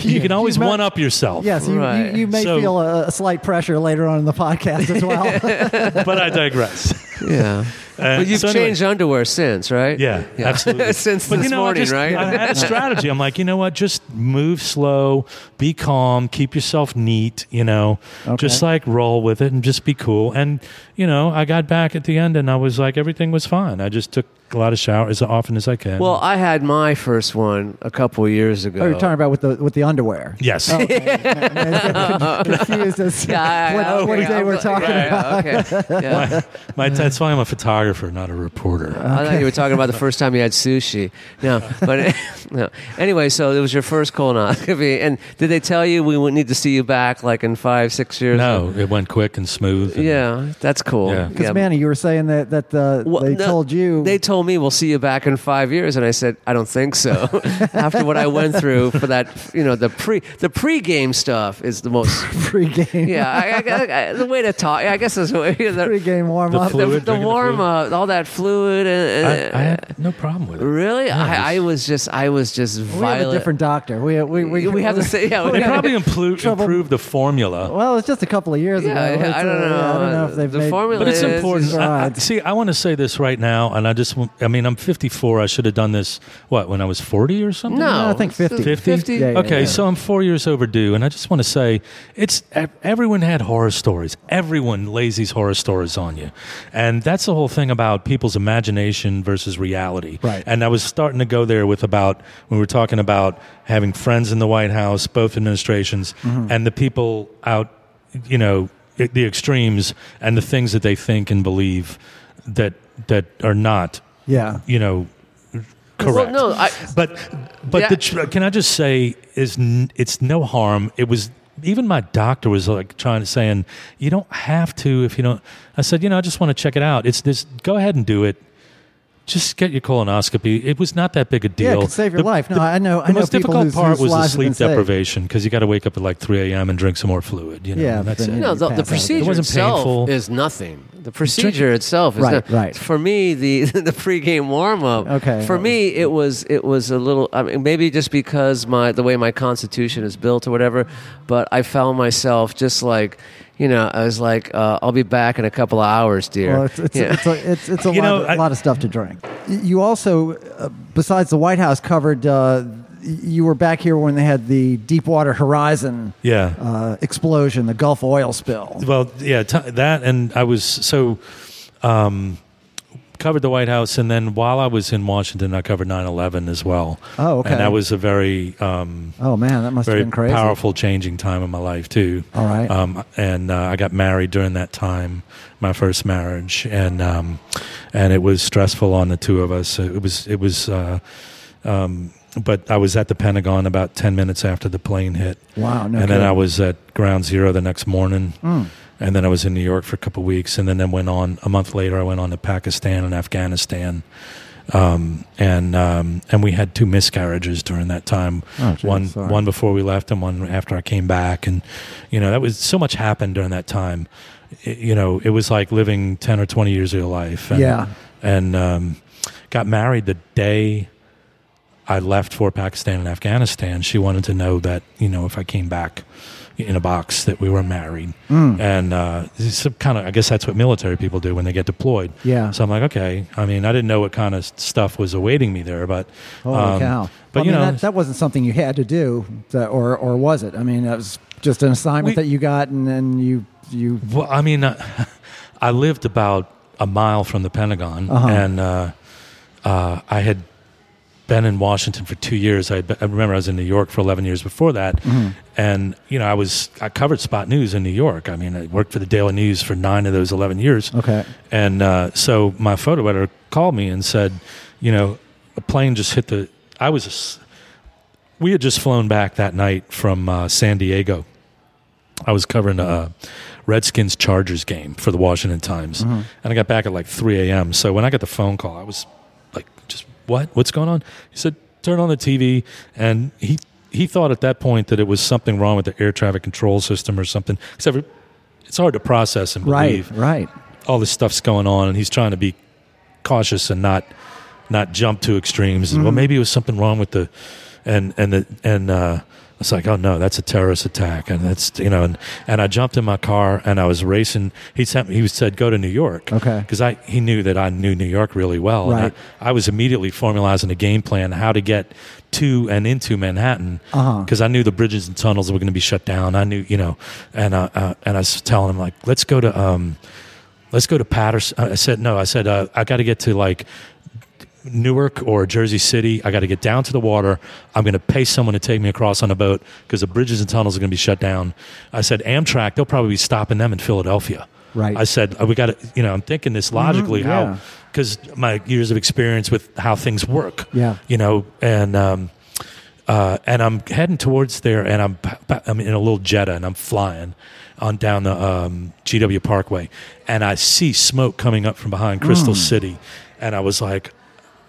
Speaker 3: you can always
Speaker 1: You met-
Speaker 3: one up yourself.
Speaker 1: Yes, you,
Speaker 2: Right.
Speaker 1: you, you may
Speaker 3: So-
Speaker 1: feel a, a slight pressure later on in the podcast as well.
Speaker 3: but I digress.
Speaker 2: yeah.
Speaker 3: Uh,
Speaker 2: but you've
Speaker 3: so anyway-
Speaker 2: changed underwear since, right?
Speaker 3: Yeah, absolutely.
Speaker 2: since
Speaker 3: But
Speaker 2: this
Speaker 3: you know,
Speaker 2: morning,
Speaker 3: I just,
Speaker 2: right?
Speaker 3: I had a strategy. I'm like, you know what? Just move slow, be calm, keep yourself neat. You know, just like roll with it and just be cool. And you know, I got back at the end and I was like, everything was fine. I just took a lot of showers as often as I can.
Speaker 2: well, I had my first one a couple of years ago.
Speaker 1: oh, you're talking about with the with the underwear.
Speaker 3: yes.
Speaker 2: oh.
Speaker 1: I'm confused as to
Speaker 2: Yeah,
Speaker 1: what,
Speaker 2: okay,
Speaker 1: what day
Speaker 2: I'm-
Speaker 1: we're talking
Speaker 2: right,
Speaker 1: about.
Speaker 2: Okay. Yeah.
Speaker 3: My, that's why I'm a photographer, not a reporter.
Speaker 2: I thought you were talking about the first time you had sushi. No, but no. Anyway, so it was your first colonoscopy, and did they tell you we would need to see you back like in five, six years?
Speaker 3: no, it went quick and smooth. and-
Speaker 2: Yeah, that's cool.
Speaker 3: Yeah.
Speaker 1: Because Manny, you were saying that that uh,
Speaker 2: Well,
Speaker 1: they
Speaker 2: no,
Speaker 1: told you
Speaker 2: They told me we'll see you back in five years, and I said I don't think so. After what I went through for that, you know, the pre the pregame stuff is the most.
Speaker 1: pregame
Speaker 2: Yeah, I, I, I, the way to talk. I guess is the way- the,
Speaker 1: pregame warm up.
Speaker 3: flu-
Speaker 2: the,
Speaker 3: Fluid,
Speaker 2: the
Speaker 3: drinking the
Speaker 2: warm up, all that fluid. And, uh,
Speaker 3: I, I had no problem with it.
Speaker 2: really,
Speaker 3: Yeah,
Speaker 2: I, I was just, I was just
Speaker 1: We have a
Speaker 2: violent.
Speaker 1: different doctor. We we we,
Speaker 2: we have to say, yeah, we
Speaker 3: They
Speaker 2: have-
Speaker 3: probably implu-
Speaker 1: Trouble-
Speaker 3: improved the formula.
Speaker 1: Well, it's just a couple of years
Speaker 2: Yeah,
Speaker 1: ago.
Speaker 2: yeah,
Speaker 1: It's,
Speaker 2: I
Speaker 1: uh,
Speaker 2: don't know.
Speaker 1: yeah, I don't know if they've
Speaker 2: The
Speaker 1: made
Speaker 2: formula
Speaker 3: But it's
Speaker 2: is-
Speaker 3: important. I- I-
Speaker 1: Right.
Speaker 3: see, I want to say this right now, and I just, want- I mean, I'm 54. I should have done this, what, when I was 40 or something?
Speaker 2: No,
Speaker 1: I think 50.
Speaker 3: 50?
Speaker 2: 50?
Speaker 1: Yeah, yeah,
Speaker 3: okay, so I'm four years overdue, and I just want to say it's ev- everyone had horror stories. Everyone lays these horror stories on you, and that's the whole thing about people's imagination versus reality.
Speaker 1: Right.
Speaker 3: And I was starting to go there with about when we were talking about having friends in the White House, both administrations,
Speaker 1: Mm-hmm.
Speaker 3: and the people out, you know, i- the extremes and the things that they think and believe that that are not,
Speaker 1: Yeah.
Speaker 3: you know.
Speaker 2: Well,
Speaker 3: Correct
Speaker 2: no, I,
Speaker 3: but but
Speaker 2: Yeah.
Speaker 3: the tr- can I just say is n- it's no harm. It was even my doctor was like trying to saying you don't have to if you don't. I said you know I just want to check it out. It's this. Go ahead and do it. Just get your colonoscopy. It was not that big a
Speaker 1: Yeah,
Speaker 3: deal.
Speaker 1: it could save your
Speaker 3: The-
Speaker 1: life. No,
Speaker 3: the-
Speaker 1: I know. I
Speaker 3: the
Speaker 1: know
Speaker 3: most
Speaker 1: people
Speaker 3: difficult
Speaker 1: whose-
Speaker 3: part
Speaker 1: whose
Speaker 3: was the
Speaker 1: lives have been
Speaker 3: sleep
Speaker 1: saved.
Speaker 3: deprivation because you got to wake up at like 3 a.m. and drink some more fluid. You know,
Speaker 1: Yeah,
Speaker 3: and that's
Speaker 1: but
Speaker 3: it.
Speaker 1: then-
Speaker 2: no, the,
Speaker 1: pass
Speaker 2: the
Speaker 1: out.
Speaker 2: procedure
Speaker 3: It wasn't
Speaker 2: itself
Speaker 3: painful.
Speaker 2: is nothing. The procedure itself is
Speaker 1: Right,
Speaker 2: not,
Speaker 1: right.
Speaker 2: For me, the the pregame warm up.
Speaker 1: Okay.
Speaker 2: For me, it was it was a little. I mean, maybe just because my the way my constitution is built or whatever. But I found myself just like, you know, I was like, uh, I'll be back in a couple of hours, dear.
Speaker 1: Well, it's, it's,
Speaker 2: Yeah.
Speaker 1: it's a, it's, it's a
Speaker 3: You
Speaker 1: lot,
Speaker 3: know,
Speaker 1: a
Speaker 3: I-
Speaker 1: lot of stuff to drink. Y- You also, uh, besides the White House, covered. Uh, y- you were back here when they had the Deepwater Horizon
Speaker 3: Yeah.
Speaker 1: uh, explosion, the Gulf oil spill.
Speaker 3: Well, yeah, t- that and I was so um, covered the White House, and then while I was in Washington, I covered 9-11 as well.
Speaker 1: Oh, okay.
Speaker 3: And that was a very um,
Speaker 1: Oh man, that must have
Speaker 3: very
Speaker 1: been crazy.
Speaker 3: powerful, changing time in my life too.
Speaker 1: All right.
Speaker 3: Um, and uh, I got married during that time, my first marriage, and um, and it was stressful on the two of us. It was it was. Uh, um, but I was at the Pentagon about ten minutes after the plane hit,
Speaker 1: Wow. No
Speaker 3: and then
Speaker 1: kidding.
Speaker 3: I was at Ground Zero the next morning,
Speaker 1: Mm.
Speaker 3: and then I was in New York for a couple of weeks, and then I went on a month later. I went on to Pakistan and Afghanistan, um, and um, and we had two miscarriages during that time.
Speaker 1: Oh, geez,
Speaker 3: one
Speaker 1: sorry.
Speaker 3: one before we left, and one after I came back, and you know that was so much happened during that time. It- you know, it was like living ten or twenty years of your life. And,
Speaker 1: Yeah.
Speaker 3: and um, got married the day. I left for Pakistan and Afghanistan, she wanted to know that you know if I came back in a box that we were married,
Speaker 1: Mm.
Speaker 3: and uh, some kind of I guess that's what military people do when they get deployed.
Speaker 1: Yeah.
Speaker 3: So I'm like, okay. I mean, I didn't know what kind of stuff was awaiting me there, but
Speaker 1: Holy
Speaker 3: um,
Speaker 1: cow!
Speaker 3: But
Speaker 1: I
Speaker 3: you
Speaker 1: mean,
Speaker 3: know,
Speaker 1: that, that wasn't something you had to do, that, or or was it? I mean, that was just an assignment
Speaker 3: We-
Speaker 1: that you got, and then you you.
Speaker 3: Well, I mean, uh, I lived about a mile from the Pentagon,
Speaker 1: Uh-huh.
Speaker 3: and uh, uh, I had been in Washington for two years. I, had been, I remember I was in New York for eleven years before that, and you know, I was I covered Spot News in New York. I mean, I worked for the Daily News for nine of those eleven years.
Speaker 1: Okay.
Speaker 3: And uh, so my photo editor called me and said, you know, a plane just hit the. I was. a s we had just flown back that night from uh, San Diego. I was covering a Redskins Chargers game for the Washington Times, and I got back at like 3 a.m. So when I got the phone call, I was like, "Just what? What's going on?" He said, "Turn on the TV," and he he thought at that point that it was something wrong with the air traffic control system or something. Except for, it's hard to process and believe
Speaker 1: Right. Right.
Speaker 3: all this stuff's going on and he's trying to be cautious and not not jump to extremes
Speaker 1: Mm-hmm.
Speaker 3: well maybe it was something wrong with the and and the and uh it's like, oh no, that's a terrorist attack, and that's you know, and, and I jumped in my car and I was racing. He sent me, he said, go to New York,
Speaker 1: Okay.
Speaker 3: because I he knew that I knew New York really well,
Speaker 1: Right.
Speaker 3: and I, I was immediately formalizing a game plan how to get to and into Manhattan,
Speaker 1: Uh-huh.
Speaker 3: because I knew the bridges and tunnels were going to be shut down. I knew, you know, and uh, uh, and I was telling him like, let's go to um, let's go to Patterson. I said, no, I said, uh, I got to get to like Newark or Jersey City. I got to get down to the water. I'm going to pay someone to take me across on a boat because the bridges and tunnels are going to be shut down. I said, Amtrak, they'll probably be stopping them in Philadelphia.
Speaker 1: Right. Mm-hmm.
Speaker 3: I said, uh, we got to, you know, I'm thinking this logically
Speaker 1: yeah.
Speaker 3: how, because my years of experience with how things work.
Speaker 1: Yeah.
Speaker 3: You know, and, um, uh, and I'm heading towards there, and I'm pa- pa- I'm in a little Jetta, and I'm flying on down the um, GW Parkway, and I see smoke coming up from behind
Speaker 1: Hmm.
Speaker 3: Crystal City, and I was like,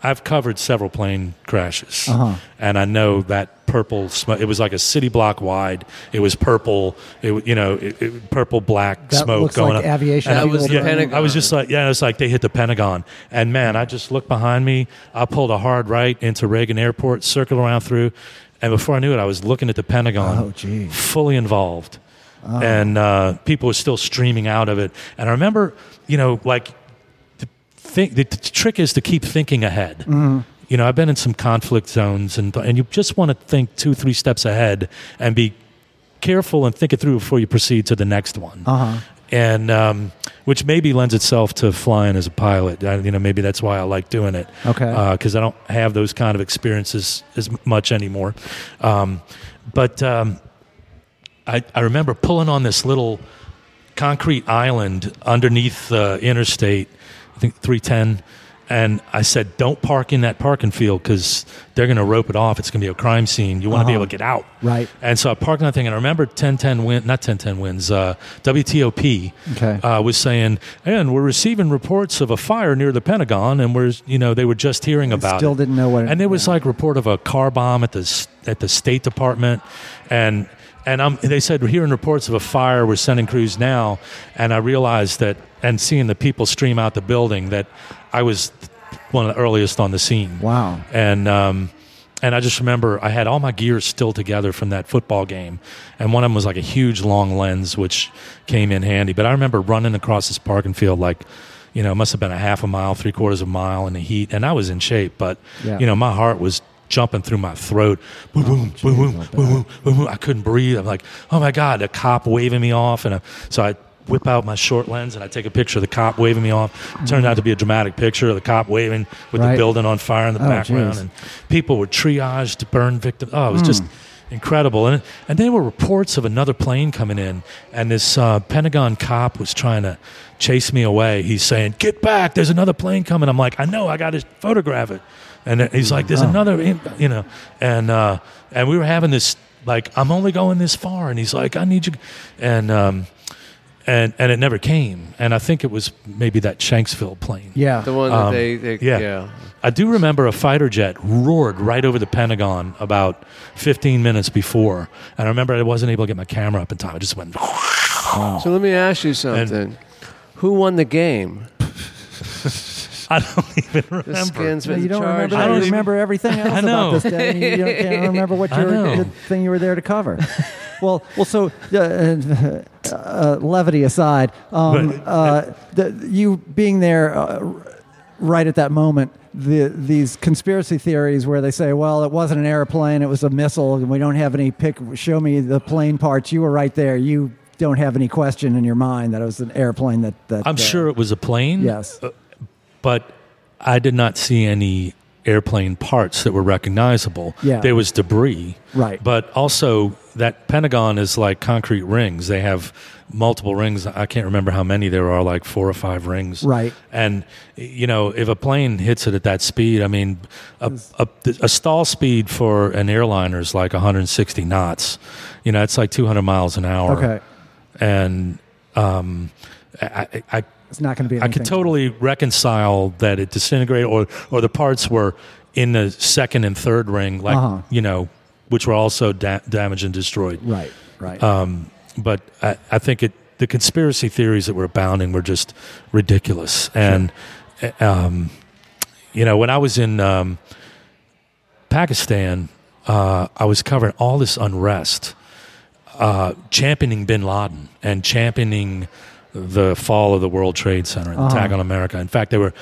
Speaker 3: I've covered several plane crashes,
Speaker 1: Uh-huh.
Speaker 3: and I know that purple smoke. It was like a city block wide. It was purple. It w- you know it, it- purple black
Speaker 1: That
Speaker 3: smoke
Speaker 1: looks
Speaker 3: going
Speaker 1: like
Speaker 3: up.
Speaker 1: aviation.
Speaker 3: And I
Speaker 2: That was
Speaker 1: fuel
Speaker 2: the
Speaker 1: burning.
Speaker 2: Pentagon.
Speaker 3: I was just like, yeah, it's like they hit the Pentagon. And man, I just looked behind me. I pulled a hard right into Reagan Airport, circled around through, and before I knew it, I was looking at the Pentagon,
Speaker 1: Oh, gee. Oh.
Speaker 3: fully involved. And uh, people were still streaming out of it. And I remember, you know, like think the, t trick is to keep thinking ahead.
Speaker 1: Mm-hmm.
Speaker 3: You know, I've been in some conflict zones, and and you just want to think two, three steps ahead and be careful and think it through before you proceed to the next one.
Speaker 1: Uh-huh.
Speaker 3: And um, which maybe lends itself to flying as a pilot. I, you know, maybe that's why I like doing it.
Speaker 1: Okay.
Speaker 3: Because I don't have those kind of experiences as much anymore. Um, but um, I, I remember pulling on this little concrete island underneath the interstate, I think 310. And I said, don't park in that parking field because they're going to rope it off. It's going to be a crime scene. You want to be able to get out.
Speaker 1: Right.
Speaker 3: And so I parked on that thing. And I remember 1010 win, not 1010 wins, uh, WTOP
Speaker 1: Okay.
Speaker 3: uh, was saying, and we're receiving reports of a fire near the Pentagon. And we're, you know, they were just hearing about
Speaker 1: Still
Speaker 3: it.
Speaker 1: didn't know what.
Speaker 3: And there was like report of a car bomb at the s- at the State Department, and And I'm, they said, we're hearing reports of a fire. We're sending crews now. And I realized that, and seeing the people stream out the building, that I was one of the earliest on the scene.
Speaker 1: Wow.
Speaker 3: And, um, and I just remember I had all my gears still together from that football game. And one of them was like a huge long lens, which came in handy. But I remember running across this parking field like, you know, it must have been a half a mile, three quarters of a mile in the heat. And I was in shape, but,
Speaker 1: Yeah.
Speaker 3: you know, my heart was jumping through my throat. Boom, boom, boom, boom, boom, boom, boom, boom. I couldn't breathe. I'm like, oh my God, a cop waving me off. And I, so I whip out my short lens and I take a picture of the cop waving me off. Turned out to be a dramatic picture of the cop waving with
Speaker 1: Mm. Right.
Speaker 3: the building on fire in the
Speaker 1: Oh,
Speaker 3: background.
Speaker 1: geez.
Speaker 3: And people were triaged to burn victims. Oh, it was just incredible. And, and there were reports of another plane coming in, and this uh, Pentagon cop was trying to chase me away. He's saying, Get back, there's another plane coming. I'm like, I know, I got to photograph it. And he's like, There's another, you know. And, uh, and we were having this, like, I'm only going this far. And he's like, I need you. And, um, and, and it never came. And I think it was maybe that Shanksville plane.
Speaker 1: Yeah.
Speaker 2: The one that
Speaker 3: Um,
Speaker 2: they, they
Speaker 3: yeah. I do remember a fighter jet roared right over the Pentagon about 15 minutes before. And I remember I wasn't able to get my camera up in time. I just went,
Speaker 2: So let me ask you something. Who won the game?
Speaker 3: I don't even
Speaker 2: The
Speaker 3: remember.
Speaker 2: skins
Speaker 1: No,
Speaker 2: with
Speaker 1: you
Speaker 2: the
Speaker 1: don't
Speaker 2: charge.
Speaker 1: remember.
Speaker 3: I
Speaker 1: That.
Speaker 3: don't
Speaker 1: You
Speaker 3: even-
Speaker 1: remember everything else
Speaker 3: know.
Speaker 1: about this day. and You don't, can't remember what
Speaker 3: I
Speaker 1: you were,
Speaker 3: know.
Speaker 1: the thing you were there to cover. well, well. So, uh, uh, uh, levity aside, um,
Speaker 3: Right.
Speaker 1: uh, the, you being there uh, r- right at that moment. The, these conspiracy theories where they say, "Well, it wasn't an airplane; it was a missile," and we don't have any pick. Show me the plane parts. You were right there. You don't have any question in your mind that it was an airplane. That, that
Speaker 3: I'm
Speaker 1: uh,
Speaker 3: sure it was a plane.
Speaker 1: Yes.
Speaker 3: uh, But I did not see any airplane parts that were recognizable.
Speaker 1: Yeah.
Speaker 3: There was debris.
Speaker 1: Right.
Speaker 3: But also, that Pentagon is like concrete rings. They have multiple rings. I can't remember how many there are, like four or five rings.
Speaker 1: Right.
Speaker 3: And you know, if a plane hits it at that speed, I mean, a, a, a stall speed for an airliner is like 160 knots. You know, it's like 200 miles an hour.
Speaker 1: Okay,
Speaker 3: And um, I, I, I
Speaker 1: it's not going to be.
Speaker 3: I could
Speaker 1: anything.
Speaker 3: totally reconcile that it disintegrated, or or the parts were in the second and third ring, like
Speaker 1: Uh-huh.
Speaker 3: you know, which were also da- damaged and destroyed.
Speaker 1: Right.
Speaker 3: Uh,
Speaker 1: Right.
Speaker 3: But I, I think it the conspiracy theories that were abounding were just ridiculous, and um, you know, when I was in um, Pakistan, uh, I was covering all this unrest, uh, championing Bin Laden and championing the fall of the World Trade Center and
Speaker 2: Uh-huh.
Speaker 3: the attack on America. In fact, they were,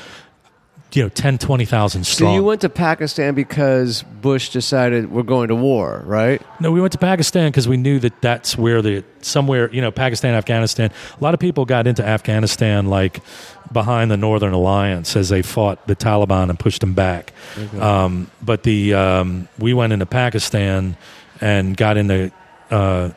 Speaker 3: you know, 10, 20,000 strong.
Speaker 2: So you went to Pakistan because Bush decided we're going to war, right?
Speaker 3: No, we went to Pakistan because we knew that that's where the somewhere you know Pakistan, Afghanistan. A lot of people got into Afghanistan like behind the Northern Alliance as they fought the Taliban and pushed them back. Um, but the um, we went into Pakistan and got into uh,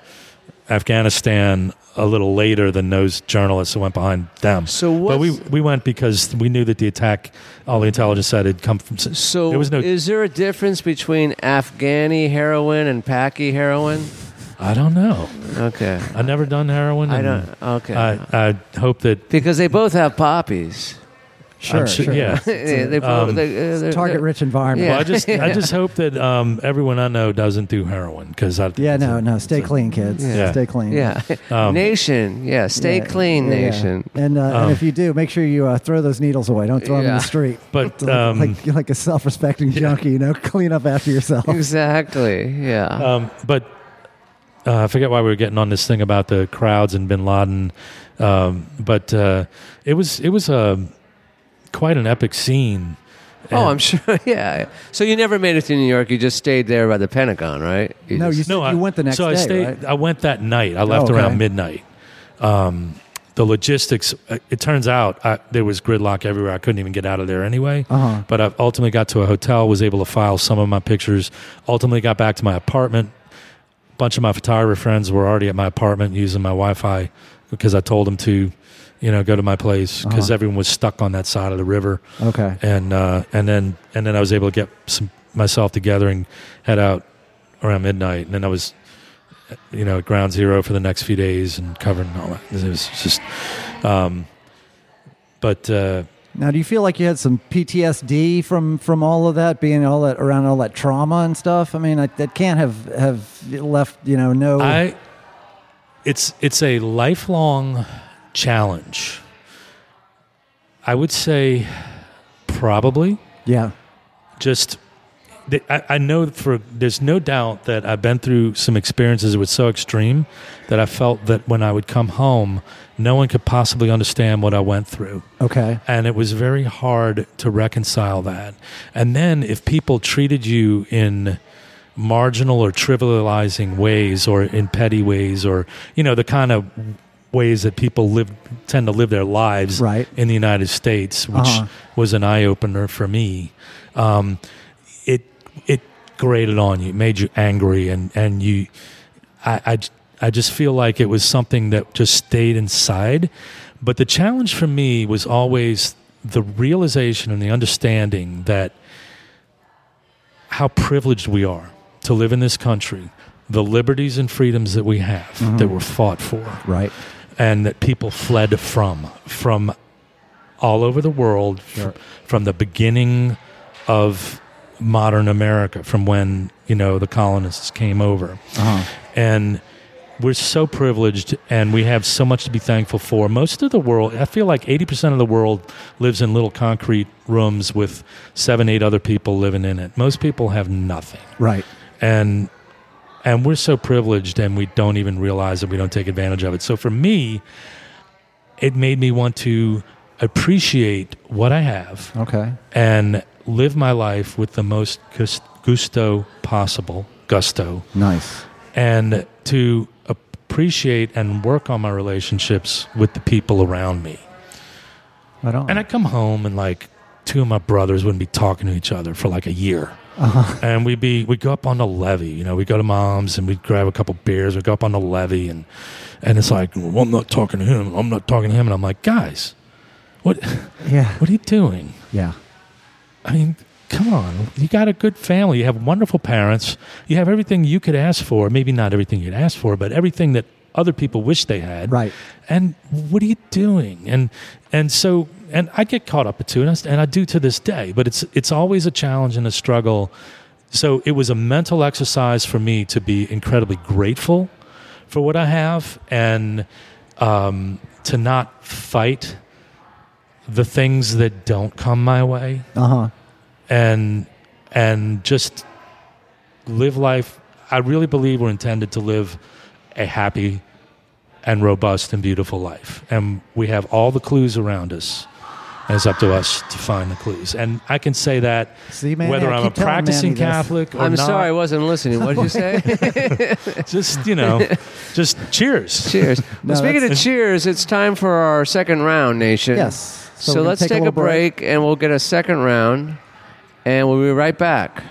Speaker 3: Afghanistan a little later than those journalists that went behind them.
Speaker 2: So
Speaker 3: But
Speaker 2: what's-
Speaker 3: we we went because we knew that the attack, all the intelligence said, had come from.
Speaker 2: So
Speaker 3: there was no.
Speaker 2: is there a difference between Afghani heroin and Paki heroin?
Speaker 3: I don't know.
Speaker 2: Okay. Hmm. Uh,
Speaker 3: I've never done heroin.
Speaker 2: I
Speaker 3: and-
Speaker 2: don't okay.
Speaker 3: I, I hope that
Speaker 2: because they both have poppies.
Speaker 1: sure,
Speaker 3: I'm sure-
Speaker 1: sure.
Speaker 3: yeah.
Speaker 2: they, they,
Speaker 3: um,
Speaker 2: they- uh, they're-
Speaker 1: Target
Speaker 2: they're-
Speaker 1: rich environment.
Speaker 2: Yeah.
Speaker 3: Well, I just I just hope that um, everyone I know doesn't do heroin because I
Speaker 1: Yeah,
Speaker 3: it's a-
Speaker 1: no, no.
Speaker 3: it's
Speaker 1: Stay
Speaker 3: a-
Speaker 1: clean, kids.
Speaker 2: Yeah.
Speaker 1: Stay clean.
Speaker 2: Yeah.
Speaker 3: Um,
Speaker 2: nation. Yeah. Stay
Speaker 1: Yeah,
Speaker 2: clean,
Speaker 1: yeah, yeah.
Speaker 2: nation.
Speaker 1: And, uh, and
Speaker 3: Um,
Speaker 1: if you do, make sure you uh, throw those needles away. Don't throw them in
Speaker 2: Yeah.
Speaker 1: the street.
Speaker 3: But,
Speaker 1: like,
Speaker 3: um,
Speaker 1: like you're like a self-respecting junkie, you know, clean up after yourself.
Speaker 2: Exactly. Yeah.
Speaker 3: Um, but uh, I forget why we were getting on this thing about the crowds and Bin Laden. Um, but uh, it was it was a quite an epic scene.
Speaker 2: oh, I'm sure. Yeah. So you never made it to New York. You just stayed there by the Pentagon, right?
Speaker 1: No,
Speaker 2: just-
Speaker 1: you said you went the next
Speaker 3: so I
Speaker 1: day,
Speaker 3: stayed.
Speaker 1: right? Oh,
Speaker 3: I went that night. I left
Speaker 1: okay.
Speaker 3: around midnight. Um, the logistics. uh, It turns out I, there was gridlock everywhere. I couldn't even get out of there anyway.
Speaker 1: Uh-huh.
Speaker 3: But I ultimately got to a hotel. Was able to file some of my pictures. Ultimately got back to my apartment. bunch of my photographer friends were already at my apartment using my Wi-Fi because I told them to, you know, go to my place because
Speaker 1: Uh-huh.
Speaker 3: everyone was stuck on that side of the river
Speaker 1: Okay.
Speaker 3: and uh, and then and then I was able to get some, myself together and head out around midnight, and then I was, you know, at ground zero for the next few days and covering all that. It was just, um, but uh,
Speaker 1: Now, do you feel like you had some PTSD from from all of that, being all that around all that trauma and stuff? I mean, I, that can't have have left you know no.
Speaker 3: I it's it's a lifelong challenge. I would say probably
Speaker 1: yeah,
Speaker 3: just th- I, I know for there's no doubt that I've been through some experiences that were so extreme that I felt that when I would come home, no one could possibly understand what I went through.
Speaker 1: okay,
Speaker 3: And it was very hard to reconcile that. And then if people treated you in marginal or trivializing ways or in petty ways or, you know, the kind of ways that people live tend to live their lives
Speaker 1: Right.
Speaker 3: in the United States, which
Speaker 1: Uh-huh.
Speaker 3: was an eye opener for me. Um, it it grated on you, made you angry, and and you, I, I j- I just feel like it was something that just stayed inside. But the challenge for me was always the realization and the understanding that how privileged we are to live in this country, the liberties and freedoms that we have that were fought for
Speaker 1: right,
Speaker 3: and that people fled from from all over the world f-
Speaker 1: Sure.
Speaker 3: from the beginning of modern America from when you know the colonists came over
Speaker 1: uh-huh.
Speaker 3: and we're so privileged and we have so much to be thankful for most of the world i feel like 80% of the world lives in little concrete rooms with seven eight other people living in it most people have nothing
Speaker 1: right,
Speaker 3: and and we're so privileged and we don't even realize that we don't take advantage of it so for me it made me want to appreciate what i have
Speaker 1: okay,
Speaker 3: and live my life with the most gus- gusto possible gusto
Speaker 1: nice,
Speaker 3: and to appreciate and work on my relationships with the people around me
Speaker 1: right on.
Speaker 3: and I come home and like two of my brothers wouldn't be talking to each other for like a year. And we'd be we'd go up on the levee, you know, we'd go to mom's and we'd grab a couple beers, we'd go up on the levee and and it's like, well, I'm not talking to him, I'm not talking to him and I'm like, guys, what
Speaker 1: yeah,
Speaker 3: what are you doing?
Speaker 1: yeah,
Speaker 3: I mean, come on. You got a good family. You have wonderful parents. You have everything you could ask for. Maybe not everything you'd ask for, but everything that other people wish they had.
Speaker 1: Right.
Speaker 3: And what are you doing? And and so and I get caught up too, and I, and I do to this day. But it's it's always a challenge and a struggle. So it was a mental exercise for me to be incredibly grateful for what I have and um, to not fight the things that don't come my way
Speaker 1: uh huh,
Speaker 3: and and just live life. I really believe we're intended to live a happy and robust and beautiful life, and we have all the clues around us. And it's up to us to find the clues. And I can say that
Speaker 1: See, man,
Speaker 3: whether
Speaker 1: I
Speaker 3: I'm a
Speaker 1: keep telling
Speaker 3: practicing
Speaker 1: Mandy this.
Speaker 3: Catholic or
Speaker 2: I'm
Speaker 3: not,
Speaker 2: sorry, I wasn't listening. What did you say?
Speaker 3: just you know, just cheers.
Speaker 2: Cheers. Well, speaking of
Speaker 3: that's-
Speaker 2: cheers, it's time for our second round, nation.
Speaker 1: yes.
Speaker 2: So,
Speaker 1: we're gonna
Speaker 2: let's take, a,
Speaker 1: little
Speaker 2: break, and we'll get a second round, and we'll be right back.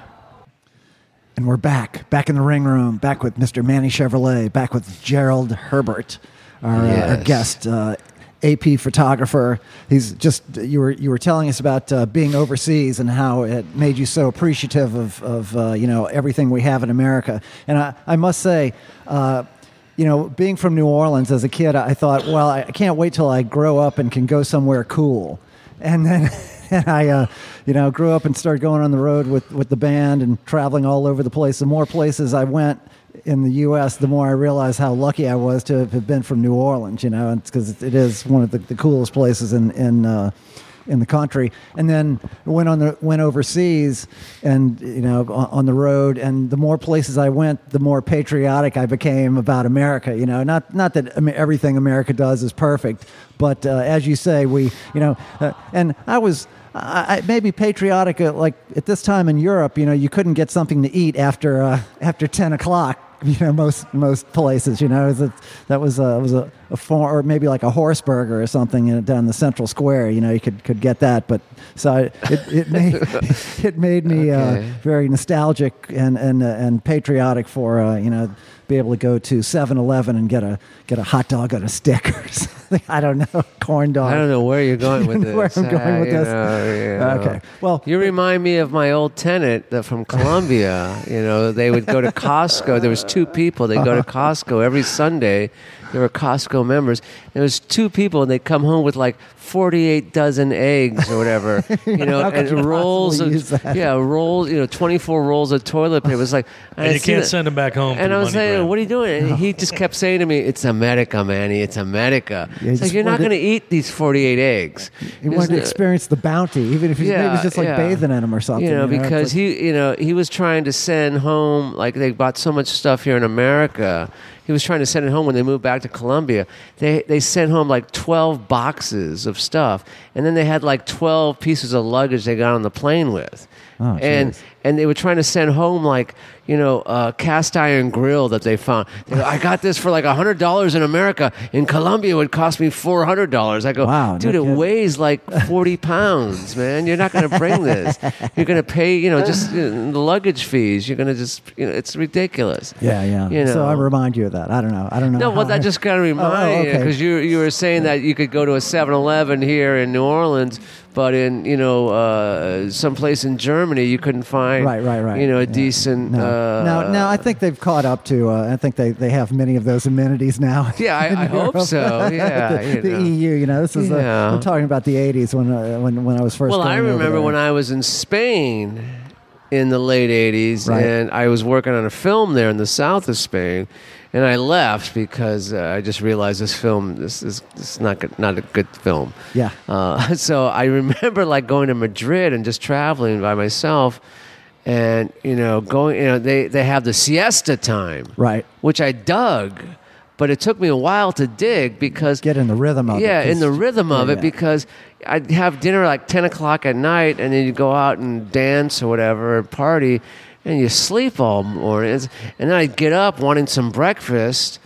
Speaker 1: And we're back, back in the ring room, back with Mr. Manny Chevrolet, back with Gerald Herbert, our, uh, our
Speaker 2: Yes.
Speaker 1: guest, uh, AP photographer. He's just you were you were telling us about uh, being overseas and how it made you so appreciative of of uh, you know everything we have in America. And I, I must say. Uh, you know, being from New Orleans as a kid, I thought, well, I I can't wait till I grow up and can go somewhere cool. And then and I, uh, you know, grew up and started going on the road with, with the band and traveling all over the place. The more places I went in the U.S., the more I realized how lucky I was to have been from New Orleans, you know, because it is one of the, the coolest places in, in, uh, in the country. And then went on the went overseas and you know on, on the road. And the more places I went, the more patriotic I became about America. You know, not not that I mean, everything America does is perfect, but uh, as you say, we you know, uh, and I was. I, I maybe patriotic, uh, like at this time in Europe, you know, you couldn't get something to eat after uh, after ten o'clock you know most most places you know is it, that was a was a, a for, or maybe like a horse burger or something in, down the central square you know you could could get that but so I, it it made it made me
Speaker 2: Okay.
Speaker 1: uh, very nostalgic and and uh, and patriotic for uh, you know be able to go to 7-Eleven and get a get a hot dog on a stick or something. I don't know, corn dog.
Speaker 2: I don't know where you're going with this.
Speaker 1: Where I'm going with
Speaker 2: you
Speaker 1: this.
Speaker 2: know, you know.
Speaker 1: Okay. Well-
Speaker 2: you remind me of my old tenant that from Colombia. you know, they would go to Costco. There was two people. They would
Speaker 1: Uh-huh.
Speaker 2: go to Costco every Sunday. There were Costco members. There was two people, and they come home with like 48 dozen eggs or whatever. You know,
Speaker 1: How could
Speaker 2: and
Speaker 1: you
Speaker 2: rolls
Speaker 1: possibly
Speaker 2: of
Speaker 1: use that?
Speaker 2: yeah, rolls. You know, 24 rolls of toilet paper. It was like,
Speaker 3: And
Speaker 2: I
Speaker 3: you
Speaker 2: see
Speaker 3: can't
Speaker 2: that-
Speaker 3: send them back home. for
Speaker 2: and
Speaker 3: the
Speaker 2: I was
Speaker 3: money
Speaker 2: saying,
Speaker 3: grab.
Speaker 2: "What are you doing?" And he just kept saying to me, "It's America, Manny. It's America."
Speaker 1: Yeah,
Speaker 2: it's
Speaker 1: he
Speaker 2: like you're
Speaker 1: just
Speaker 2: not
Speaker 1: wanted-
Speaker 2: going to eat these 48 eggs.
Speaker 1: He wanted to experience the bounty, even if he's maybe it's just like
Speaker 2: yeah.
Speaker 1: bathing in them or something.
Speaker 2: You know,
Speaker 1: it's
Speaker 2: because
Speaker 1: like-
Speaker 2: he, you know, he was trying to send home like they bought so much stuff here in America. He was trying to send it home when they moved back to Colombia. They they sent home like 12 boxes of stuff, and then they had like 12 pieces of luggage they got on the plane with.
Speaker 1: Oh,
Speaker 2: and
Speaker 1: jeez.
Speaker 2: and they were trying to send home like you know a cast iron grill that they found. They go, I got this for like hundred dollars in America. In Colombia, it would cost me four hundred dollars. I go,
Speaker 1: Wow, no
Speaker 2: dude, it
Speaker 1: kidding.
Speaker 2: weighs like forty pounds, man. You're not going to bring this. You're going to pay, you know, just you know, the luggage fees. You're going to just, you know, it's ridiculous.
Speaker 1: yeah, yeah.
Speaker 2: You know.
Speaker 1: So I remind you of that. I don't know. I don't know.
Speaker 2: No, well,
Speaker 1: how
Speaker 2: that
Speaker 1: I- Oh,
Speaker 2: just got to remind you
Speaker 1: okay.
Speaker 2: because you you were saying that you could go to a 7-Eleven here in New Orleans, but in you know uh, someplace in Germany you couldn't find
Speaker 1: Right, right, right.
Speaker 2: you know a
Speaker 1: Yeah.
Speaker 2: decent.
Speaker 1: No.
Speaker 2: Uh,
Speaker 1: no, no, I think they've caught up to. Uh, I think they, they have many of those amenities now.
Speaker 2: Yeah, I-
Speaker 1: in
Speaker 2: I hope
Speaker 1: Europe.
Speaker 2: so. Yeah,
Speaker 1: the,
Speaker 2: you
Speaker 1: the
Speaker 2: know.
Speaker 1: EU. You know, this is.
Speaker 2: Yeah.
Speaker 1: Uh, I'm talking about the '80s when uh, when when I was first.
Speaker 2: Well, I
Speaker 1: going over
Speaker 2: remember
Speaker 1: there.
Speaker 2: when I was in Spain in the late 80s
Speaker 1: Right.
Speaker 2: and I was working on a film there in the south of Spain and I left because uh, I just realized this film this is this is not good, not a good film.
Speaker 1: Yeah.
Speaker 2: Uh, so I remember like going to Madrid and just traveling by myself and you know going you know they they have the siesta time
Speaker 1: Right.
Speaker 2: which I dug but it took me a while to dig because
Speaker 1: Get in the rhythm of
Speaker 2: yeah,
Speaker 1: it.
Speaker 2: in the rhythm of
Speaker 1: oh, yeah,
Speaker 2: it
Speaker 1: yeah.
Speaker 2: because I'd have dinner like 10 o'clock at night and then you go out and dance or whatever, or party, and you sleep all morning. It's- And then I'd get up wanting some breakfast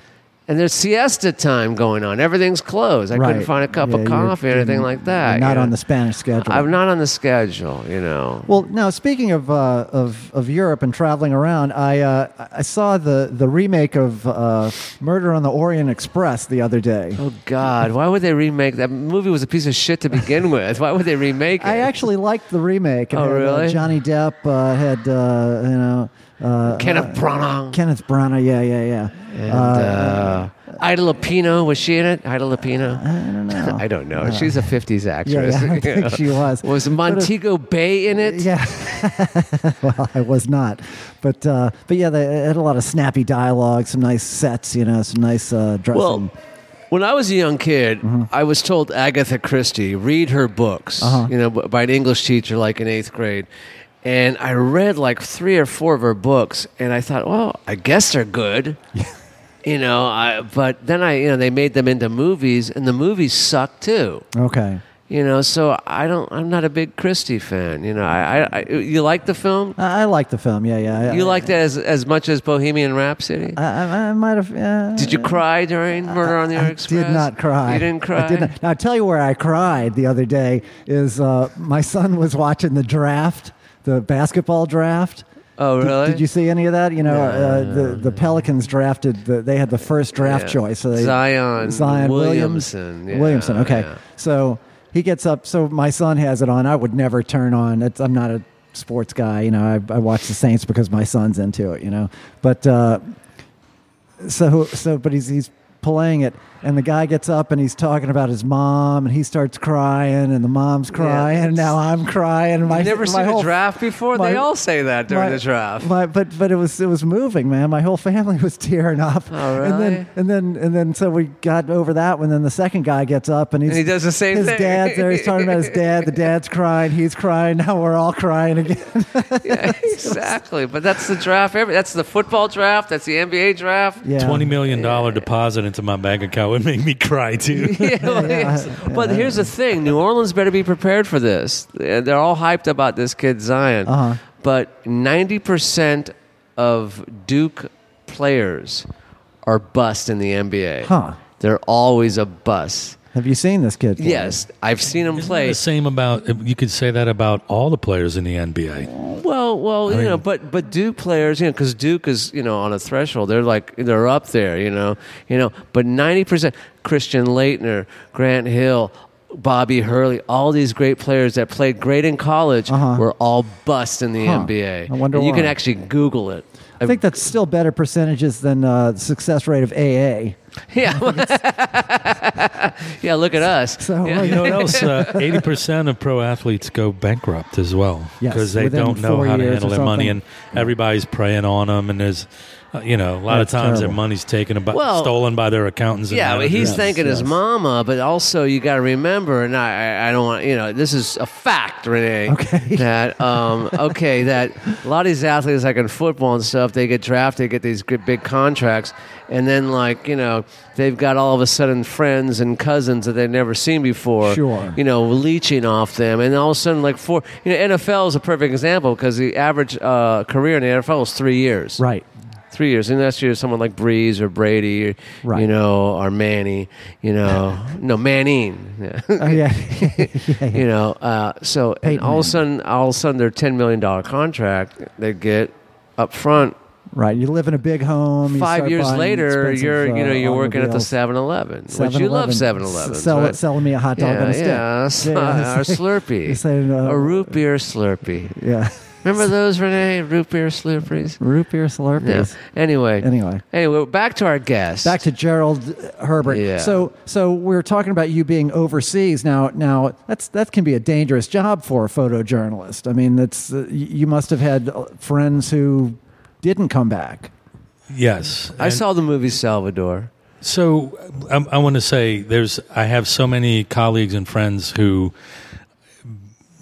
Speaker 2: and there's siesta time going on. Everything's closed. I couldn't
Speaker 1: Right.
Speaker 2: find a cup
Speaker 1: Yeah,
Speaker 2: of
Speaker 1: you're-
Speaker 2: coffee or
Speaker 1: you're
Speaker 2: anything like that.
Speaker 1: Not
Speaker 2: you
Speaker 1: on
Speaker 2: know.
Speaker 1: the Spanish schedule.
Speaker 2: I'm not on the schedule, you know.
Speaker 1: Well, now speaking of uh, of of Europe and traveling around, I uh, I saw the the remake of uh, Murder on the Orient Express the other day.
Speaker 2: Oh God! Why would they remake that movie? Was a piece of shit to begin with. Why would they remake it?
Speaker 1: I actually liked the remake. It
Speaker 2: Oh,
Speaker 1: had, uh,
Speaker 2: really?
Speaker 1: Johnny Depp uh, had uh, you know uh,
Speaker 2: Kenneth
Speaker 1: uh,
Speaker 2: Branagh.
Speaker 1: Kenneth Branagh, yeah, yeah, yeah.
Speaker 2: And uh, Ida Lupino, was she in it? Ida
Speaker 1: Uh,
Speaker 2: Lupino? I
Speaker 1: don't know.
Speaker 2: I don't know. She's a 50s
Speaker 1: Uh-huh. yeah,
Speaker 2: actress.
Speaker 1: yeah, I think she was.
Speaker 2: Was Montego Bay in it?
Speaker 1: Yeah. well, I was not, but uh, but yeah, they had a lot of snappy dialogue, some nice sets, you know, some nice uh, dressing.
Speaker 2: Well, when I was a young kid,
Speaker 1: Mm-hmm.
Speaker 2: I was told Agatha Christie, read her books,
Speaker 1: Uh-huh.
Speaker 2: you know, b- by an English teacher like in eighth grade. And I read like three or four of her books, and I thought, well, I guess they're good. you know, I, but then I, you know, they made them into movies, and the movies suck too.
Speaker 1: okay.
Speaker 2: You know, so I don't. I'm not a big Christie fan. You know, I. I, I you like the film?
Speaker 1: I, I like the film. Yeah, yeah. I-
Speaker 2: You
Speaker 1: I-
Speaker 2: liked it as as much as Bohemian Rhapsody?
Speaker 1: I, I, I might have. Uh,
Speaker 2: did you cry during Murder on the Orient
Speaker 1: I
Speaker 2: Express?
Speaker 1: did not cry.
Speaker 2: You didn't cry.
Speaker 1: I did not. Now, I'll tell you where I cried the other day is uh, my son was watching the draft, the basketball draft.
Speaker 2: Oh,
Speaker 1: Did-
Speaker 2: really?
Speaker 1: Did, you see any of that? You know, uh, the the Pelicans drafted. The, they had the first draft
Speaker 2: Yeah.
Speaker 1: choice. So they,
Speaker 2: Zion
Speaker 1: Zion Williams-
Speaker 2: Williamson. Yeah,
Speaker 1: Williamson. Okay.
Speaker 2: yeah.
Speaker 1: So he gets up. So my son has it on. I would never turn on. It's, I'm not a sports guy. You know, I, I watch the Saints because my son's into it. You know, but uh, so so but he's he's playing it and the guy gets up and he's talking about his mom and he starts crying and the mom's crying and now I'm crying and my
Speaker 2: You've
Speaker 1: my
Speaker 2: never seen
Speaker 1: whole,
Speaker 2: a draft before.
Speaker 1: my-
Speaker 2: they all say that during
Speaker 1: my-
Speaker 2: the draft.
Speaker 1: my- but but it was it was moving, man. My whole family was tearing up.
Speaker 2: Oh,
Speaker 1: And
Speaker 2: really?
Speaker 1: then and then and then so we got over that one. Then the second guy gets up and he's
Speaker 2: And he does the same
Speaker 1: his
Speaker 2: thing.
Speaker 1: dad's there. He's talking about his dad. The dad's crying. He's crying. Now we're all crying again.
Speaker 2: yeah, exactly. But that's the draft. Every, that's the football draft. That's the NBA draft.
Speaker 1: yeah.
Speaker 3: Twenty million dollar deposit into my bank account would make me cry too.
Speaker 2: Yeah, well, yes. But here's the thing: New Orleans better be prepared for this. They're all hyped about this kid Zion,
Speaker 1: Uh-huh.
Speaker 2: but ninety percent of Duke players are bust in the NBA.
Speaker 1: Huh.
Speaker 2: They're always a bust.
Speaker 1: Have you seen this kid? play?
Speaker 2: Yes, I've seen him
Speaker 3: Isn't
Speaker 2: play.
Speaker 3: that the same about you could say that about all the players in the NBA.
Speaker 2: Well, well, you know, but but Duke players, you know, because Duke is you know on a threshold. They're like they're up there, you know, you know. But ninety percent Christian Leitner, Grant Hill, Bobby Hurley, all these great players that played great in college were all bust in the
Speaker 1: Uh-huh. Huh.
Speaker 2: NBA.
Speaker 1: I wonder
Speaker 2: And You can
Speaker 1: why.
Speaker 2: actually Google it.
Speaker 1: I think that's still better percentages than uh, the success rate of AA.
Speaker 2: yeah, yeah. Look at us.
Speaker 1: So,
Speaker 2: yeah.
Speaker 1: well,
Speaker 3: You know what else?
Speaker 1: uh,
Speaker 3: Eighty percent of pro athletes go bankrupt as well
Speaker 1: Yes,
Speaker 3: because they
Speaker 1: within
Speaker 3: don't know
Speaker 1: four
Speaker 3: how to
Speaker 1: years or
Speaker 3: handle their money, and
Speaker 1: something.
Speaker 3: everybody's preying on them. And there's, uh, you know, a lot
Speaker 1: That's
Speaker 3: of
Speaker 1: terrible.
Speaker 3: times their money's taken about
Speaker 2: Well-
Speaker 3: stolen by their accountants. And
Speaker 2: Yeah, but
Speaker 3: managers.
Speaker 2: he's
Speaker 1: Yes,
Speaker 2: thanking his
Speaker 1: yes.
Speaker 2: mama, but also you got to remember, and I, I- I don't want you know this is a fact, Renee.
Speaker 1: Okay.
Speaker 2: That um, okay, that a lot of these athletes, like in football and stuff, they get drafted, get these good, big contracts, and then like you know they've got all of a sudden friends and cousins that they've never seen before.
Speaker 1: Sure.
Speaker 2: You know, leeching off them, and all of a sudden like four. You know, NFL is a perfect example because the average uh, career in the NFL is three years
Speaker 1: Right.
Speaker 2: three years. And last year, someone like Breeze or Brady, or,
Speaker 1: Right.
Speaker 2: you know, or Manny, you know, no Manning,
Speaker 1: Oh, yeah. yeah, yeah.
Speaker 2: you know. Uh, so and
Speaker 1: Peyton
Speaker 2: all
Speaker 1: Manning.
Speaker 2: of a sudden, all of a sudden, their ten million dollar contract they get up front.
Speaker 1: Right. You live in a big home. you
Speaker 2: Five
Speaker 1: start
Speaker 2: years
Speaker 1: buying
Speaker 2: later,
Speaker 1: expensive,
Speaker 2: you're you
Speaker 1: uh,
Speaker 2: know you're working at the
Speaker 1: automobiles.
Speaker 2: 7-Eleven, which you love
Speaker 1: 7-Eleven.
Speaker 2: 7-Eleven.
Speaker 1: Sell,
Speaker 2: right?
Speaker 1: Selling me a hot dog
Speaker 2: yeah,
Speaker 1: and a stick.
Speaker 2: yeah, so-
Speaker 1: Yeah,
Speaker 2: or
Speaker 1: it's like-
Speaker 2: Slurpee,
Speaker 1: it's like, uh,
Speaker 2: a root beer Slurpee.
Speaker 1: Yeah.
Speaker 2: Remember those, Renee? Root beer Slurpees.
Speaker 1: Root beer
Speaker 2: Yeah.
Speaker 1: slurpees.
Speaker 2: Anyway,
Speaker 1: Anyway.
Speaker 2: anyway, back to our guest.
Speaker 1: Back to Gerald Herbert.
Speaker 2: Yeah.
Speaker 1: So, so we are talking about you being overseas now. Now, that's that can be a dangerous job for a photojournalist. I mean, that's uh, y- you must have had uh, friends who didn't come back.
Speaker 3: yes.
Speaker 2: I
Speaker 3: And-
Speaker 2: saw the movie Salvador.
Speaker 3: So I, I want to say there's I have so many colleagues and friends who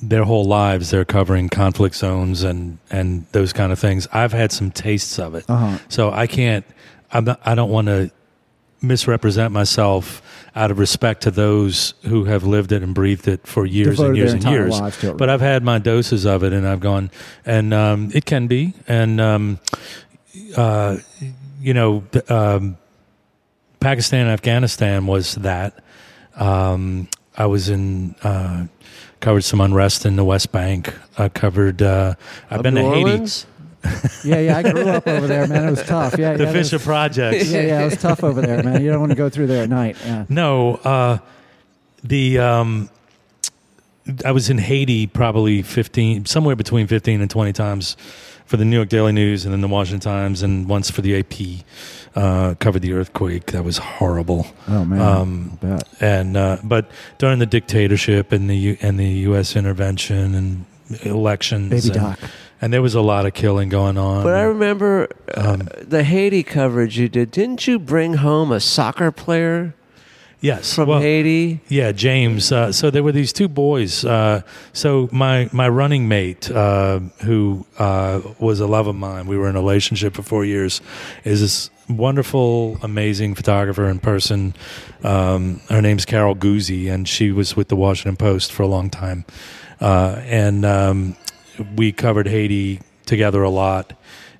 Speaker 3: their whole lives they're covering conflict zones and and those kind of things. I've had some tastes of it,
Speaker 1: Uh-huh.
Speaker 3: so I can't. I'm not, I don't want to misrepresent myself out of respect to those who have lived it and breathed it for years
Speaker 1: Devoted
Speaker 3: and years
Speaker 1: their
Speaker 3: and
Speaker 1: entire
Speaker 3: years.
Speaker 1: lives to it.
Speaker 3: But I've had my doses of it, and I've gone, and um, it can be, and um, uh, you know, th- um, Pakistan and Afghanistan was that. Um, I was in uh, covered some unrest in the West Bank. I covered. Uh, I've
Speaker 2: Of
Speaker 3: been
Speaker 2: New
Speaker 3: to Haiti.
Speaker 2: Orleans?
Speaker 1: Yeah, yeah, I grew up over there, man. It was tough. Yeah,
Speaker 3: The
Speaker 1: yeah,
Speaker 3: Fisher
Speaker 1: it was,
Speaker 3: Projects.
Speaker 1: yeah, yeah, it was tough over there, man. You don't want to go through there at night. Yeah.
Speaker 3: No, uh, the um, I was in Haiti probably fifteen, somewhere between fifteen and twenty times for the New York Daily News and then the Washington Times, and once for the AP. Uh, covered the earthquake. That was horrible.
Speaker 1: Oh man,
Speaker 3: Um,
Speaker 1: I bet.
Speaker 3: and uh, but during the dictatorship and the U- and the U.S. intervention and elections,
Speaker 1: baby
Speaker 3: and,
Speaker 1: doc.
Speaker 3: and there was a lot of killing going on.
Speaker 2: But I remember uh,
Speaker 3: um,
Speaker 2: the Haiti coverage you did. Didn't you bring home a soccer player
Speaker 3: yes,
Speaker 2: from
Speaker 3: well,
Speaker 2: Haiti?
Speaker 3: Yeah, James. Uh, so there were these two boys. Uh, so my my running mate, uh, who uh, was a love of mine, we were in a relationship for four years, is this wonderful, amazing photographer and person. Um, her name's Carol Guzzi, and she was with the Washington Post for a long time, uh, and um, we covered Haiti together a lot,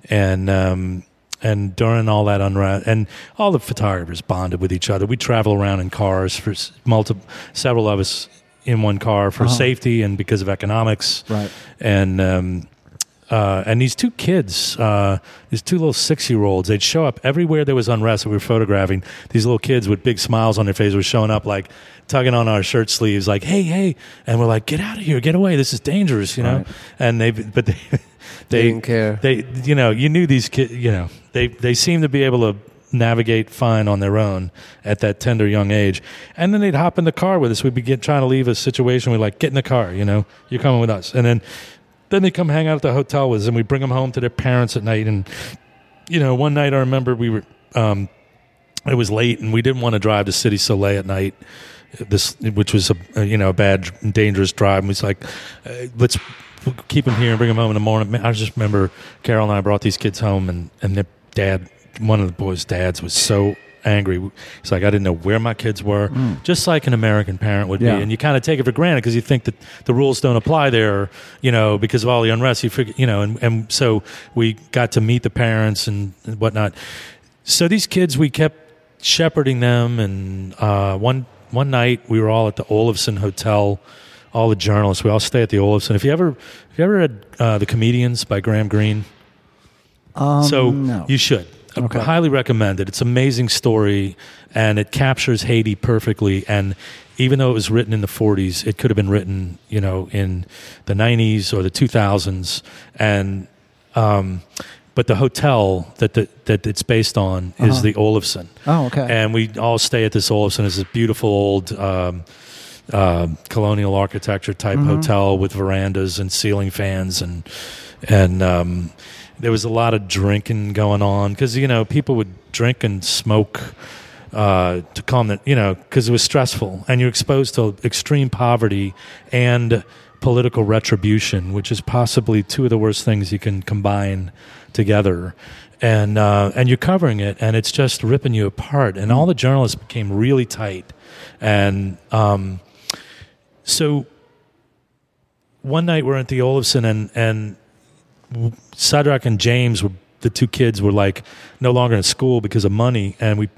Speaker 3: and. Um, and during all that unrest, and all the photographers bonded with each other. We travel around in cars for multiple, several of us in one car for safety and because of economics.
Speaker 1: Uh-huh. Right.
Speaker 3: And um, uh, and these two kids, uh, these two little six-year-olds, they'd show up everywhere there was unrest that we were photographing. These little kids with big smiles on their faces were showing up, like tugging on our shirt sleeves, like "Hey, hey!" And we're like, "Get out of here! Get away! This is dangerous!" You know.
Speaker 1: Right.
Speaker 3: And they, but they, they
Speaker 2: didn't care.
Speaker 3: they you know you knew these kids you know they they seemed to be able to navigate fine on their own at that tender young age and then they'd hop in the car with us we'd be get, trying to leave a situation we'd like get in the car you know you're coming with us and then then they come hang out at the hotel with us and we bring them home to their parents at night and you know one night i remember we were um it was late and we didn't want to drive to city soleil at night this which was a a, you know a bad dangerous drive and we was like uh, let's keep him here and bring him home in the morning Man, i just remember carol and i brought these kids home and and their dad one of the boys dads was so angry he's like i didn't know where my kids were just like an american parent would
Speaker 1: Yeah.
Speaker 3: be and you kind of take it for granted because you think that the rules don't apply there you know because of all the unrest you figure you know and, and so we got to meet the parents and, and whatnot so these kids we kept shepherding them and uh, one one night we were all at the Olafson Hotel. All the journalists, we all stay at the Olafson. If you ever, if you ever read uh, the Comedians by Graham Greene,
Speaker 1: Um,
Speaker 3: so
Speaker 1: no.
Speaker 3: you should. I
Speaker 1: Okay.
Speaker 3: highly recommend it. It's an amazing story, and it captures Haiti perfectly. And even though it was written in the 40s, it could have been written, you know, in the 90s or the 2000s. And um, but the hotel that the, that it's based on
Speaker 1: Uh-huh.
Speaker 3: is the Olafson.
Speaker 1: oh, okay.
Speaker 3: And we all stay at this Olafson. It's a beautiful old um, uh, colonial architecture type hotel with verandas and ceiling fans and and um, there was a lot of drinking going on because you know people would drink and smoke uh, to calm the you know because it was stressful and you're exposed to extreme poverty and political retribution, which is possibly two of the worst things you can combine together. And uh, and you're covering it, and it's just ripping you apart. And all the journalists became really tight, and um, so one night we're at the Olafson, and and Sadrach and James were the two kids were like no longer in school because of money, and we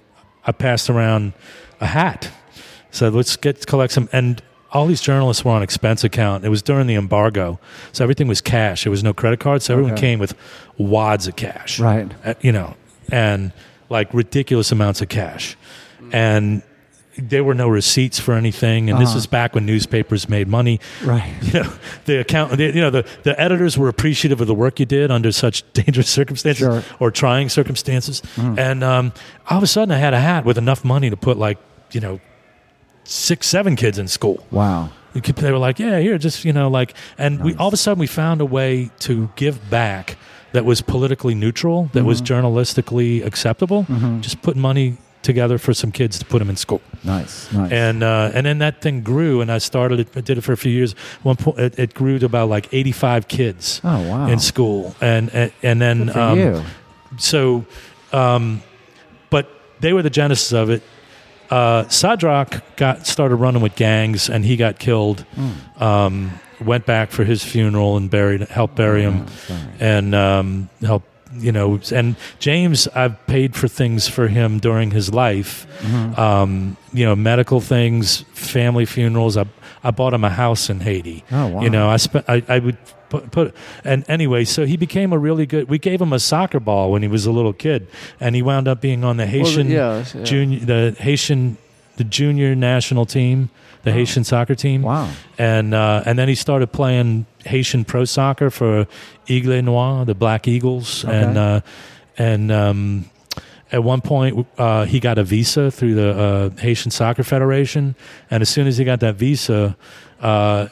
Speaker 3: I passed around a hat. So let's get collect some and all these journalists were on expense account. It was during the embargo, so everything was cash. There was no credit card, so everyone
Speaker 1: Okay.
Speaker 3: came with wads of cash,
Speaker 1: Right.
Speaker 3: Uh, You know, and like ridiculous amounts of cash, and there were no receipts for anything. And this
Speaker 1: Uh-huh.
Speaker 3: is back when newspapers made money,
Speaker 1: Right.
Speaker 3: you know the account the, you know the, the editors were appreciative of the work you did under such dangerous circumstances
Speaker 1: Sure.
Speaker 3: or trying circumstances and um, all of a sudden i had a hat with enough money to put like you know six seven kids in school
Speaker 1: Wow.
Speaker 3: You could- they were like yeah here just you know like and we all of a sudden we found a way to give back that was politically neutral that was journalistically acceptable just put money together for some kids to put them in school
Speaker 1: Nice. Nice.
Speaker 3: and uh, and then that thing grew, and I started it. I did it for a few years. One point, it, it grew to about like eighty five kids
Speaker 1: oh, wow.
Speaker 3: in school, and and, and then
Speaker 1: Good for
Speaker 3: um,
Speaker 1: you.
Speaker 3: so, um, but they were the genesis of it. Uh, Sadrak got started running with gangs, and he got killed. Um, went back for his funeral and buried, helped bury him, and um, help you know. And James, I've paid for things for him during his life. Um, you know, medical things, family funerals. I I bought him a house in Haiti.
Speaker 1: Oh, wow.
Speaker 3: You know, I spent. I, I would put, put. And anyway, so he became a really good. We gave him a soccer ball when he was a little kid, and he wound up being on the
Speaker 2: Well,
Speaker 3: Haitian
Speaker 2: yeah, yeah.
Speaker 3: junior, the Haitian, the junior national team, the Haitian soccer team.
Speaker 1: Wow.
Speaker 3: And uh, and then he started playing Haitian pro soccer for Aigle Noir, the Black Eagles, and uh, and um, at one point uh, he got a visa through the uh, Haitian Soccer Federation, and as soon as he got that visa. Uh,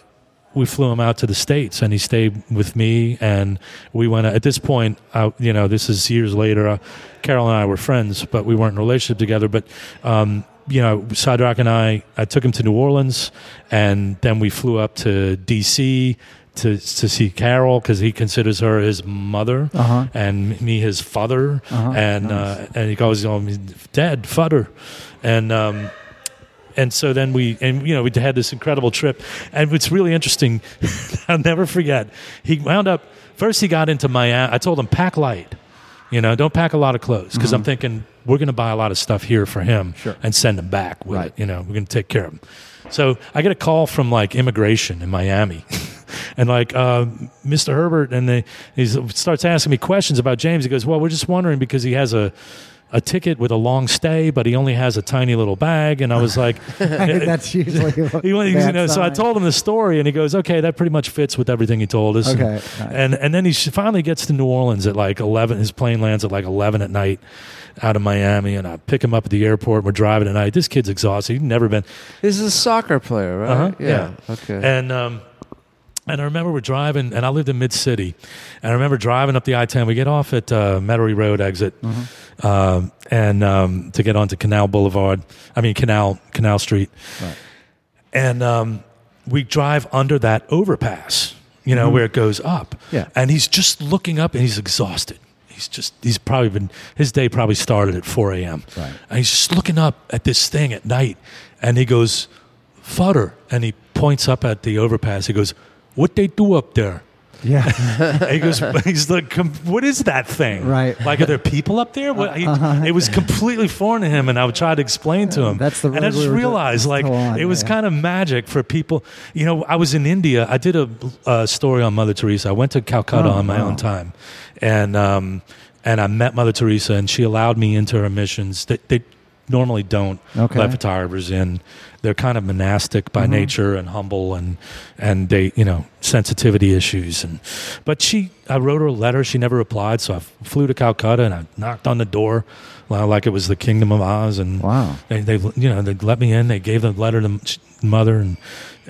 Speaker 3: we flew him out to the states and he stayed with me and we went at this point I, you know this is years later uh, carol and i were friends but we weren't in a relationship together but um, you know sadrak and i i took him to new orleans and then we flew up to dc to, to see Carol because he considers her his mother
Speaker 1: Uh-huh.
Speaker 3: and me his father and uh, and he calls him dad father and um, and so then we and you know we had this incredible trip and it's really interesting i'll never forget he wound up first he got into miami i told him pack light you know don't pack a lot of clothes because i'm thinking we're going to buy a lot of stuff here for him
Speaker 1: Mm-hmm. Sure.
Speaker 3: and send him back with
Speaker 1: Right.
Speaker 3: it, you know we're going to take care of him so i get a call from like immigration in miami and like uh, mr herbert and they he starts asking me questions about james he goes well we're just wondering because he has a a ticket with a long stay, but he only has a tiny little bag. And I was like,
Speaker 1: That's usually what
Speaker 3: he went, you know, so I
Speaker 1: sign.
Speaker 3: told him the story, and he goes, "Okay, that pretty much fits with everything he told us."
Speaker 1: Okay, nice.
Speaker 3: and, and and then he sh- finally gets to New Orleans at like eleven. His plane lands at like eleven at night, out of Miami, and I pick him up at the airport. and We're driving at night. This kid's exhausted. He'd never been.
Speaker 2: This is a soccer player, right?
Speaker 3: Uh-huh,
Speaker 2: Okay.
Speaker 3: And um, and I remember we're driving, and I lived in Mid City, and I remember driving up the I ten. We get off at uh, Metairie Road exit, um, and um, to get onto Canal Boulevard. I mean Canal Canal Street, and um, we drive under that overpass. You know where it goes up.
Speaker 1: Mm-hmm. Yeah.
Speaker 3: And he's just looking up, and he's exhausted. He's just he's probably been his day probably started at four a.m.
Speaker 1: Right.
Speaker 3: And he's just looking up at this thing at night, and he goes, "Fodder," and he points up at the overpass. He goes, "What they do up there?"
Speaker 1: Yeah.
Speaker 3: He goes, he's like, "Com- what is that thing?
Speaker 1: Right. Uh-huh.
Speaker 3: Like, are there people up there? What, he, It was completely foreign to him, and I would try to explain to him.
Speaker 1: That's the
Speaker 3: And I
Speaker 1: road
Speaker 3: just
Speaker 1: we were
Speaker 3: realized,
Speaker 1: just
Speaker 3: like,
Speaker 1: go on,
Speaker 3: it was
Speaker 1: yeah.
Speaker 3: kind of magic for people. You know, I was in India. I did a, uh story on Mother Teresa. I went to
Speaker 1: Oh,
Speaker 3: Calcutta on my own time, and um, and I met Mother Teresa, and she allowed me into her missions. That they normally don't
Speaker 1: Okay.
Speaker 3: let photographers in. They're kind of monastic by nature and humble, and and they you know sensitivity issues. And but she, I wrote her a letter. She never replied, so I flew to Calcutta and I knocked on the door, li- like it was the Kingdom of Oz. And
Speaker 1: Wow.
Speaker 3: they, they you know they let me in. They gave the letter to m- sh- mother and.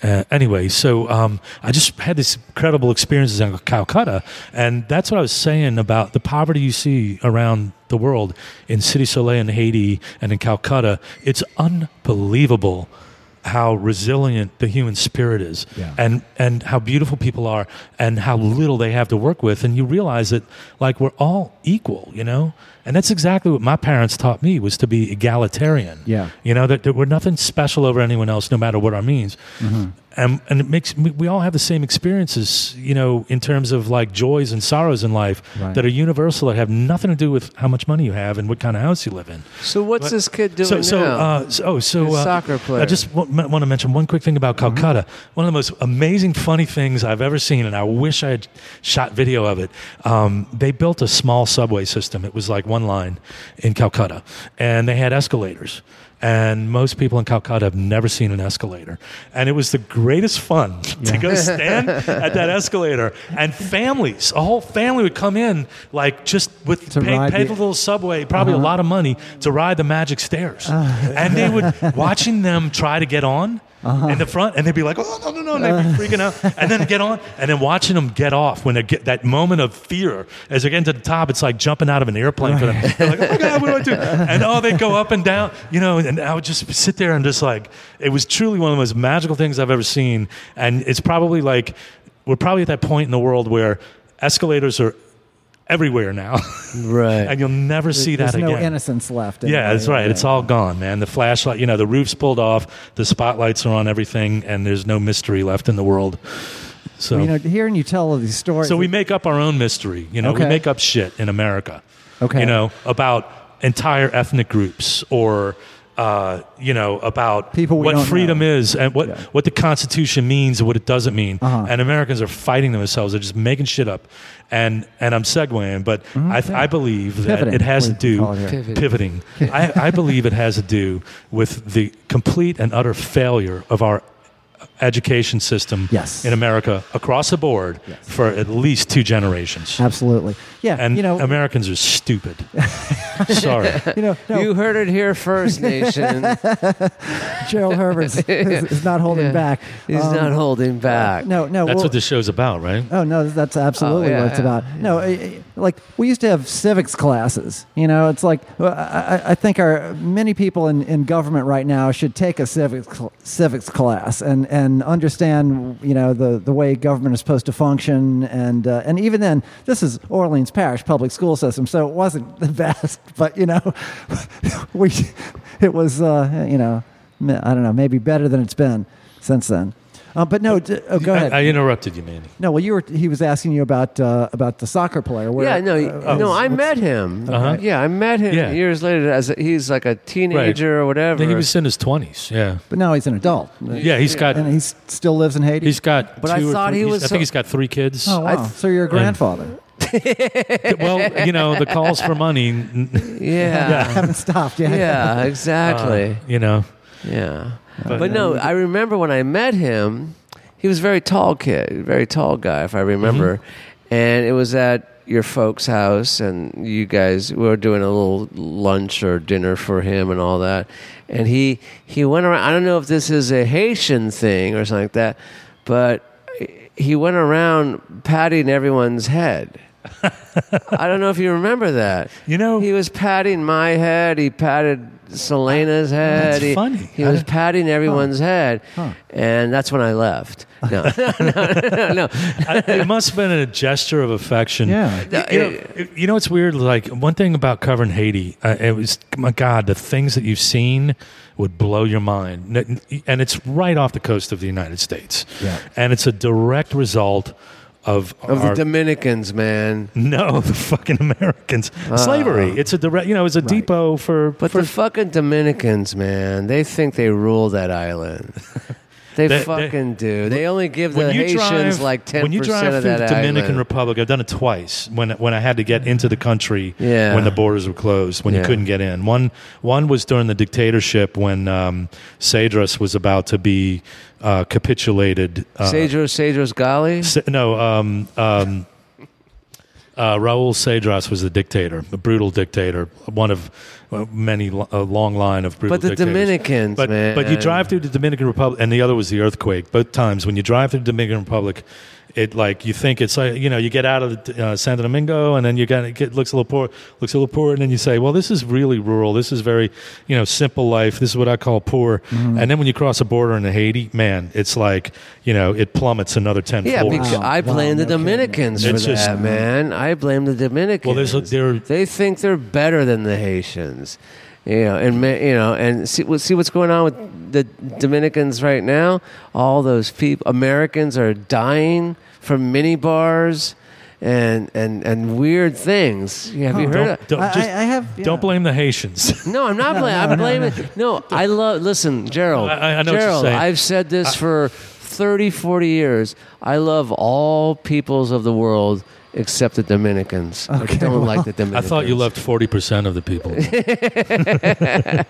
Speaker 3: Uh, anyway, so um, I just had this incredible experiences in Calcutta, and that's what I was saying about the poverty you see around the world in City Soleil in Haiti and in Calcutta. It's unbelievable how resilient the human spirit is,
Speaker 4: Yeah.
Speaker 3: and and how beautiful people are, and how little they have to work with, and you realize that like we're all equal, you know, and that's exactly what my parents taught me was to be egalitarian.
Speaker 1: Yeah.
Speaker 3: You know, that, that we're nothing special over anyone else, no matter what our means.
Speaker 1: Mm-hmm.
Speaker 3: And, and it makes, we, we all have the same experiences, you know, in terms of like joys and sorrows in life
Speaker 1: Right.
Speaker 3: that are universal, that have nothing to do with how much money you have and what kind of house you live in.
Speaker 2: So what's
Speaker 3: But-
Speaker 2: this kid doing
Speaker 3: So, so,
Speaker 2: now?
Speaker 3: uh, so, oh, so
Speaker 2: He's a
Speaker 3: uh,
Speaker 2: soccer player. Mm-hmm.
Speaker 3: I just w- want to mention one quick thing about Calcutta. One of the most amazing, funny things I've ever seen, and I wish I had shot video of it. Um, they built a small subway system. It was like one line in Calcutta, and they had escalators. And most people in Calcutta have never seen an escalator. And it was the greatest fun to go stand at that escalator. And families, a whole family would come in, like just with
Speaker 1: To
Speaker 3: paid,
Speaker 1: ride
Speaker 3: paid
Speaker 1: the-
Speaker 3: little subway, probably a lot of money to ride the magic stairs. and they would watching them try to get on in the front, and they'd be like, "Oh no, no, no!" And they'd be freaking out, and then get on, and then watching them get off when they get that moment of fear as they're getting to the top. It's like jumping out of an airplane for them. They're like, "Oh my god, what do I do?" And oh, they go up and down, you know. And I would just sit there and just like it was truly one of the most magical things I've ever seen. And it's probably like we're probably at that point in the world where escalators are everywhere now
Speaker 2: right.
Speaker 3: and you'll never see
Speaker 1: There's
Speaker 3: that
Speaker 1: no
Speaker 3: again.
Speaker 1: innocence left. in
Speaker 3: yeah,
Speaker 1: it.
Speaker 3: that's right. It's all gone, man. The flashlight, you know, the roof's pulled off, the spotlights are on everything, and there's no mystery left in the world. So,
Speaker 1: You know, hearing you tell all these stories.
Speaker 3: so we make up our own mystery. You know,
Speaker 1: Okay.
Speaker 3: we make up shit in America.
Speaker 1: Okay.
Speaker 3: You know, about entire ethnic groups or. Uh, you know about
Speaker 1: People we
Speaker 3: what
Speaker 1: don't
Speaker 3: freedom
Speaker 1: know.
Speaker 3: is and what,
Speaker 1: Yeah.
Speaker 3: what the Constitution means and what it doesn't mean,
Speaker 1: Uh-huh.
Speaker 3: and Americans are fighting themselves. They're just making shit up, and and I'm segueing, but I, I believe
Speaker 1: Mm-hmm.
Speaker 3: that
Speaker 1: Pivoting,
Speaker 3: it has to
Speaker 1: we
Speaker 3: do
Speaker 1: call it here.
Speaker 2: Pivoting.
Speaker 3: pivoting. I, I believe it has to do with the complete and utter failure of our education system
Speaker 1: Yes.
Speaker 3: in America across the board for at least two generations.
Speaker 1: absolutely. Yeah,
Speaker 3: And
Speaker 1: Uh, you know, Uh,
Speaker 3: Americans are stupid. Sorry.
Speaker 1: you know, no,
Speaker 2: You heard it here first, nation.
Speaker 3: Um,
Speaker 1: Gerald Herbert is, is not holding
Speaker 2: Yeah.
Speaker 1: back.
Speaker 2: He's
Speaker 1: Um,
Speaker 2: not holding back.
Speaker 1: No, no.
Speaker 3: That's
Speaker 1: well-
Speaker 3: what this show's about, right?
Speaker 1: Oh no, that's absolutely
Speaker 2: Oh, yeah,
Speaker 1: what it's
Speaker 2: yeah,
Speaker 1: about. No, I- I- like we used to have civics classes. You know, it's like well, I, I- I think our many people in, in government right now should take a civics cl- civics class and and understand you know the the way government is supposed to function and uh, and even then this is Orleans Parish public school system, so it wasn't the best, but you know we it was uh, you know I don't know maybe better than it's been since then. Uh, but no, d- oh, go ahead.
Speaker 3: I, I interrupted you, Manny.
Speaker 1: No, well, you were. He was asking you about uh, about the soccer player. Where,
Speaker 2: yeah, no,
Speaker 1: uh,
Speaker 2: no.
Speaker 1: was-
Speaker 2: I
Speaker 1: what's-
Speaker 2: met him.
Speaker 3: Uh-huh.
Speaker 2: Yeah, I met him
Speaker 3: Yeah.
Speaker 2: years later. As a, he's like a teenager or whatever.
Speaker 3: He was in his 20s. Yeah.
Speaker 1: But now he's an adult.
Speaker 3: Yeah, he's got
Speaker 1: and he still lives in Haiti.
Speaker 3: he's got
Speaker 2: But I
Speaker 3: two or
Speaker 2: thought
Speaker 3: three-
Speaker 2: he
Speaker 3: he's-
Speaker 2: was
Speaker 3: I
Speaker 2: so-
Speaker 3: think he's got 3 kids.
Speaker 1: oh wow!
Speaker 2: I-
Speaker 1: so you're a grandfather.
Speaker 3: Well, you know, the calls for money
Speaker 1: I
Speaker 2: yeah,
Speaker 1: haven't stopped.
Speaker 2: yeah,
Speaker 1: Yeah,
Speaker 2: exactly.
Speaker 3: Uh, you know,
Speaker 2: yeah, but, no, I remember when I met him. He was a very tall kid, very tall guy, if I remember.
Speaker 3: Mm-hmm.
Speaker 2: And it was at your folks' house, and you guys we were doing a little lunch or dinner for him and all that. And he he went around. I don't know if this is a Haitian thing or something like that, but he went around patting everyone's head. I don't know if you remember that.
Speaker 3: You know-
Speaker 2: he was patting my head. He patted Selena's head.
Speaker 3: That's
Speaker 2: he,
Speaker 3: funny.
Speaker 2: He
Speaker 3: I
Speaker 2: was
Speaker 3: didn't-
Speaker 2: patting everyone's head, and that's when I left. No, no, no, no.
Speaker 3: I, it must have been a gesture of affection.
Speaker 1: Yeah.
Speaker 3: You, you know, you know, it's weird. Like one thing about covering Haiti, uh, it was my God, the things that you've seen would blow your mind, N- and it's right off the coast of the United States.
Speaker 1: Yeah.
Speaker 3: and it's a direct result of
Speaker 2: Of
Speaker 3: our,
Speaker 2: the Dominicans, man.
Speaker 3: no the fucking Americans slavery. It's a direct, you know, it's a depot for
Speaker 2: But
Speaker 3: for
Speaker 2: the fucking Dominicans, man, they think they rule that island. They,
Speaker 3: They- they-
Speaker 2: fucking do. They only give the Haitians like ten
Speaker 3: when you drive
Speaker 2: percent of
Speaker 3: through
Speaker 2: that
Speaker 3: the Dominican
Speaker 2: island.
Speaker 3: Republic, I've done it twice. When when I had to get into the country,
Speaker 2: Yeah.
Speaker 3: when the borders were closed, when
Speaker 2: Yeah.
Speaker 3: you couldn't get in. One one was during the dictatorship when um, Cedras was about to be uh, capitulated. Uh,
Speaker 2: Cedros, Cedros Gali.
Speaker 3: Se- no, um, um, uh, Raul Cedras was the dictator, a brutal dictator, one of uh, many lo- a long line of brutal.
Speaker 2: But the
Speaker 3: dictators.
Speaker 2: Dominicans,
Speaker 3: but,
Speaker 2: man.
Speaker 3: But you drive through the Dominican Republic, and the other was the earthquake. Both times, when you drive through the Dominican Republic, it like you think it's like you know you get out of the, uh, Santo Domingo, and then you kind of it looks a little poor, looks a little poor, and then you say, well, this is really rural. This is very you know simple life. This is what I call poor. And then when you cross a border into Haiti, man, it's like you know it plummets another ten
Speaker 2: Yeah,
Speaker 3: floors.
Speaker 2: because I
Speaker 1: Wow,
Speaker 2: blame the
Speaker 1: no kidding.
Speaker 2: Dominicans for
Speaker 3: It's just-
Speaker 2: that, man. I blame the Dominicans.
Speaker 3: well, there's a, there.
Speaker 2: they think they're better than the Haitians. You know, and ma- you know, and see, what- see what's going on with the Dominicans right now. All those people, Americans, are dying from mini bars and and and weird things. Have you
Speaker 1: Huh.
Speaker 2: heard?
Speaker 3: Don't,
Speaker 2: Of,
Speaker 3: don't,
Speaker 1: I,
Speaker 3: just,
Speaker 1: I, I have. yeah.
Speaker 3: don't blame the Haitians.
Speaker 2: no, I'm not blaming. I'm blaming. No, I love. Listen, Gerald.
Speaker 3: I- I know what you're
Speaker 2: Gerald,
Speaker 3: saying.
Speaker 2: I've said this for 30, 40 years. I love all peoples of the world except the Dominicans. I
Speaker 1: Okay,
Speaker 2: don't
Speaker 1: well,
Speaker 2: like the
Speaker 3: I
Speaker 2: Dominicans.
Speaker 3: thought you loved forty percent of the people,
Speaker 2: I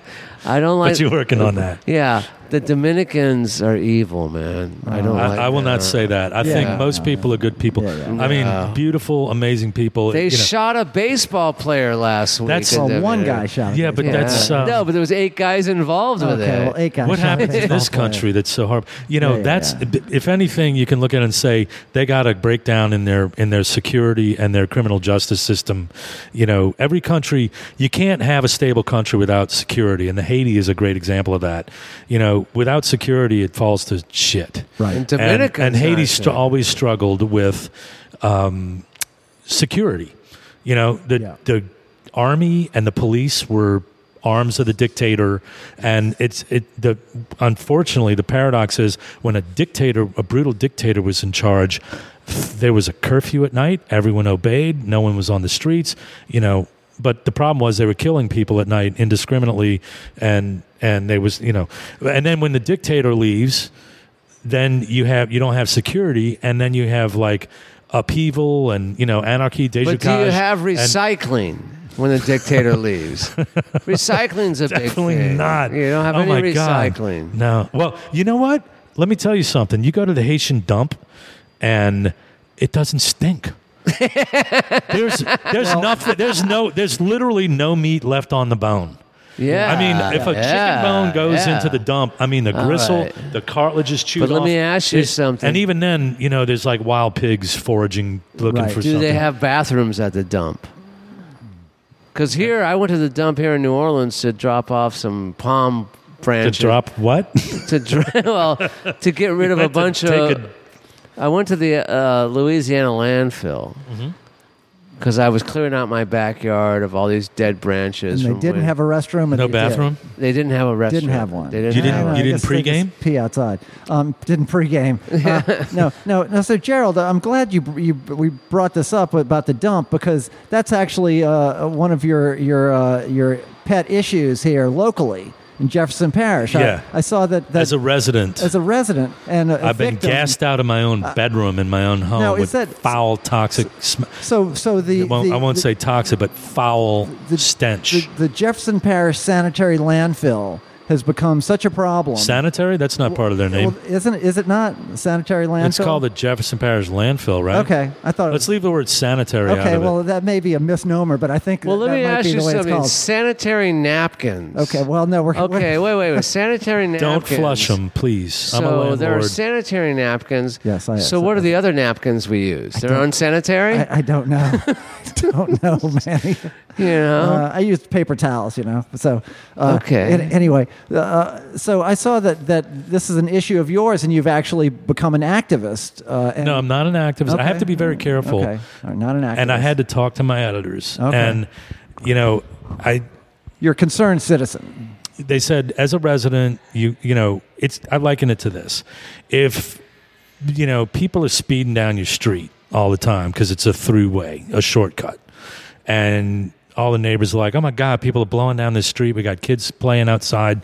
Speaker 2: don't like.
Speaker 3: but you're working on that.
Speaker 2: Yeah, the Dominicans are evil, man. I don't.
Speaker 3: I,
Speaker 2: like
Speaker 3: I will
Speaker 2: that.
Speaker 3: not say that. I
Speaker 2: Yeah.
Speaker 3: think most people are good people.
Speaker 1: Yeah, yeah.
Speaker 3: I mean,
Speaker 2: No.
Speaker 3: beautiful, amazing people.
Speaker 2: They
Speaker 3: you know.
Speaker 2: shot a baseball player last week.
Speaker 3: That's-
Speaker 2: in
Speaker 1: Well, one
Speaker 2: Dominican.
Speaker 1: guy shot.
Speaker 3: Yeah, but
Speaker 2: Yeah.
Speaker 3: that's, um,
Speaker 2: no, but there was eight guys involved with
Speaker 1: okay.
Speaker 2: it.
Speaker 1: Well, eight guys
Speaker 3: what
Speaker 1: shot
Speaker 3: happens in
Speaker 1: baseball
Speaker 3: this
Speaker 1: player.
Speaker 3: country that's so hard? You know,
Speaker 1: Yeah, yeah,
Speaker 3: that's
Speaker 1: yeah.
Speaker 3: if anything, you can look at it and say they got a breakdown in their in their security and their criminal justice system. You know, every country you can't have a stable country without security, and the Haiti is a great example of that. You know, without security, it falls to shit.
Speaker 2: and
Speaker 1: Right.
Speaker 2: Dominicans
Speaker 3: and, and Haiti
Speaker 2: aren't
Speaker 3: str- always struggled with um, security. You know, the
Speaker 1: Yeah.
Speaker 3: the army and the police were arms of the dictator, and it's it the unfortunately the paradox is when a dictator, a brutal dictator, was in charge, there was a curfew at night. Everyone obeyed. No one was on the streets. You know. But the problem was they were killing people at night indiscriminately, and and they was you know, and then when the dictator leaves, then you have you don't have security, and then you have like upheaval and you know anarchy.
Speaker 2: But do you
Speaker 3: dejuckage,
Speaker 2: have
Speaker 3: and-
Speaker 2: recycling when the dictator leaves? Recycling's a
Speaker 3: Definitely
Speaker 2: big thing.
Speaker 3: not.
Speaker 2: You don't have
Speaker 3: oh my
Speaker 2: any recycling.
Speaker 3: God. No. Well, you know what? Let me tell you something. You go to the Haitian dump, and it doesn't stink. there's there's nothing. There's no. There's literally no meat left on the bone.
Speaker 2: Yeah.
Speaker 3: I mean, if a
Speaker 2: yeah,
Speaker 3: chicken bone goes
Speaker 2: yeah.
Speaker 3: into the dump, I mean, the gristle,
Speaker 2: right.
Speaker 3: the cartilage is chewed
Speaker 2: But let
Speaker 3: off.
Speaker 2: me ask you
Speaker 3: It's-
Speaker 2: something.
Speaker 3: And even then, you know, there's like wild pigs foraging, looking
Speaker 1: Right.
Speaker 3: for
Speaker 2: Do
Speaker 3: something.
Speaker 2: they have bathrooms at the dump? Because here, I went to the dump here in New Orleans to drop off some palm
Speaker 3: to
Speaker 2: branches.
Speaker 3: drop what?
Speaker 2: to dr- well to get rid of a
Speaker 3: To
Speaker 2: bunch
Speaker 3: take
Speaker 2: of.
Speaker 3: a-
Speaker 2: I went to the uh, Louisiana landfill
Speaker 3: Mm-hmm.
Speaker 2: because I was clearing out my backyard of all these dead branches.
Speaker 1: And they
Speaker 2: from
Speaker 1: didn't
Speaker 2: when-
Speaker 1: have a restroom. And
Speaker 3: no
Speaker 1: they did.
Speaker 3: bathroom.
Speaker 2: They didn't have a restaurant.
Speaker 1: Didn't have one.
Speaker 2: They didn't.
Speaker 3: You
Speaker 2: have
Speaker 3: didn't-
Speaker 2: one.
Speaker 1: I
Speaker 3: you
Speaker 1: guess they
Speaker 3: pregame?
Speaker 1: just Pee outside. Um, didn't pregame. Uh, no, no, no. So Gerald, uh, I'm glad you you we brought this up about the dump because that's actually uh, one of your your uh, your pet issues here locally in Jefferson Parish. I-
Speaker 3: Yeah.
Speaker 1: I, saw that, that
Speaker 3: As a resident,
Speaker 1: as a resident and a, a
Speaker 3: I've been
Speaker 1: victim. Uh,
Speaker 3: gassed out of my own bedroom in my own home
Speaker 1: now, is
Speaker 3: with
Speaker 1: that-
Speaker 3: foul, toxic. Sm-
Speaker 1: So so the,
Speaker 3: I won't,
Speaker 1: the
Speaker 3: I won't
Speaker 1: the-
Speaker 3: say toxic, but foul
Speaker 1: the-
Speaker 3: stench.
Speaker 1: the, the Jefferson Parish sanitary landfill has become such a problem.
Speaker 3: Sanitary? That's not part of their name.
Speaker 1: well, isn't is it not sanitary landfill?
Speaker 3: it's called the Jefferson Parish landfill, right?
Speaker 1: Okay, I thought it was
Speaker 3: Let's leave the word sanitary out
Speaker 1: Okay,
Speaker 3: of
Speaker 1: well,
Speaker 3: it.
Speaker 1: that may be a misnomer, but I think
Speaker 2: Well,
Speaker 1: that,
Speaker 2: let
Speaker 1: that
Speaker 2: me
Speaker 1: might
Speaker 2: ask
Speaker 1: be the
Speaker 2: you
Speaker 1: way
Speaker 2: something.
Speaker 1: it's
Speaker 2: Sanitary napkins.
Speaker 1: called. Okay, well, no, we're
Speaker 2: Okay,
Speaker 1: we're-
Speaker 2: wait, wait, wait. Sanitary napkins.
Speaker 3: Don't flush them, please. I'm a
Speaker 2: So
Speaker 3: landlord.
Speaker 2: there are sanitary napkins.
Speaker 1: Yes, I-
Speaker 2: So what are the other napkins we use? They're unsanitary.
Speaker 1: I, I don't know. I don't know, Manny.
Speaker 2: you know.
Speaker 1: Uh, I used paper towels, you know. So uh,
Speaker 2: Uh-huh. Okay.
Speaker 1: an- anyway, uh, so I saw that that this is an issue of yours, and you've actually become an activist. Uh, and,
Speaker 3: no, I'm not an activist. I have
Speaker 1: Okay.
Speaker 3: to be very careful.
Speaker 1: Okay, All right, not an activist.
Speaker 3: And I had to talk to my editors.
Speaker 1: Okay.
Speaker 3: And, you know, I
Speaker 1: you're a concerned citizen.
Speaker 3: they said as a resident you you know it's i liken it to this if you know people are speeding down your street all the time because it's a throughway, a shortcut. And all the neighbors are like, oh my God, people are blowing down this street. We got kids playing outside.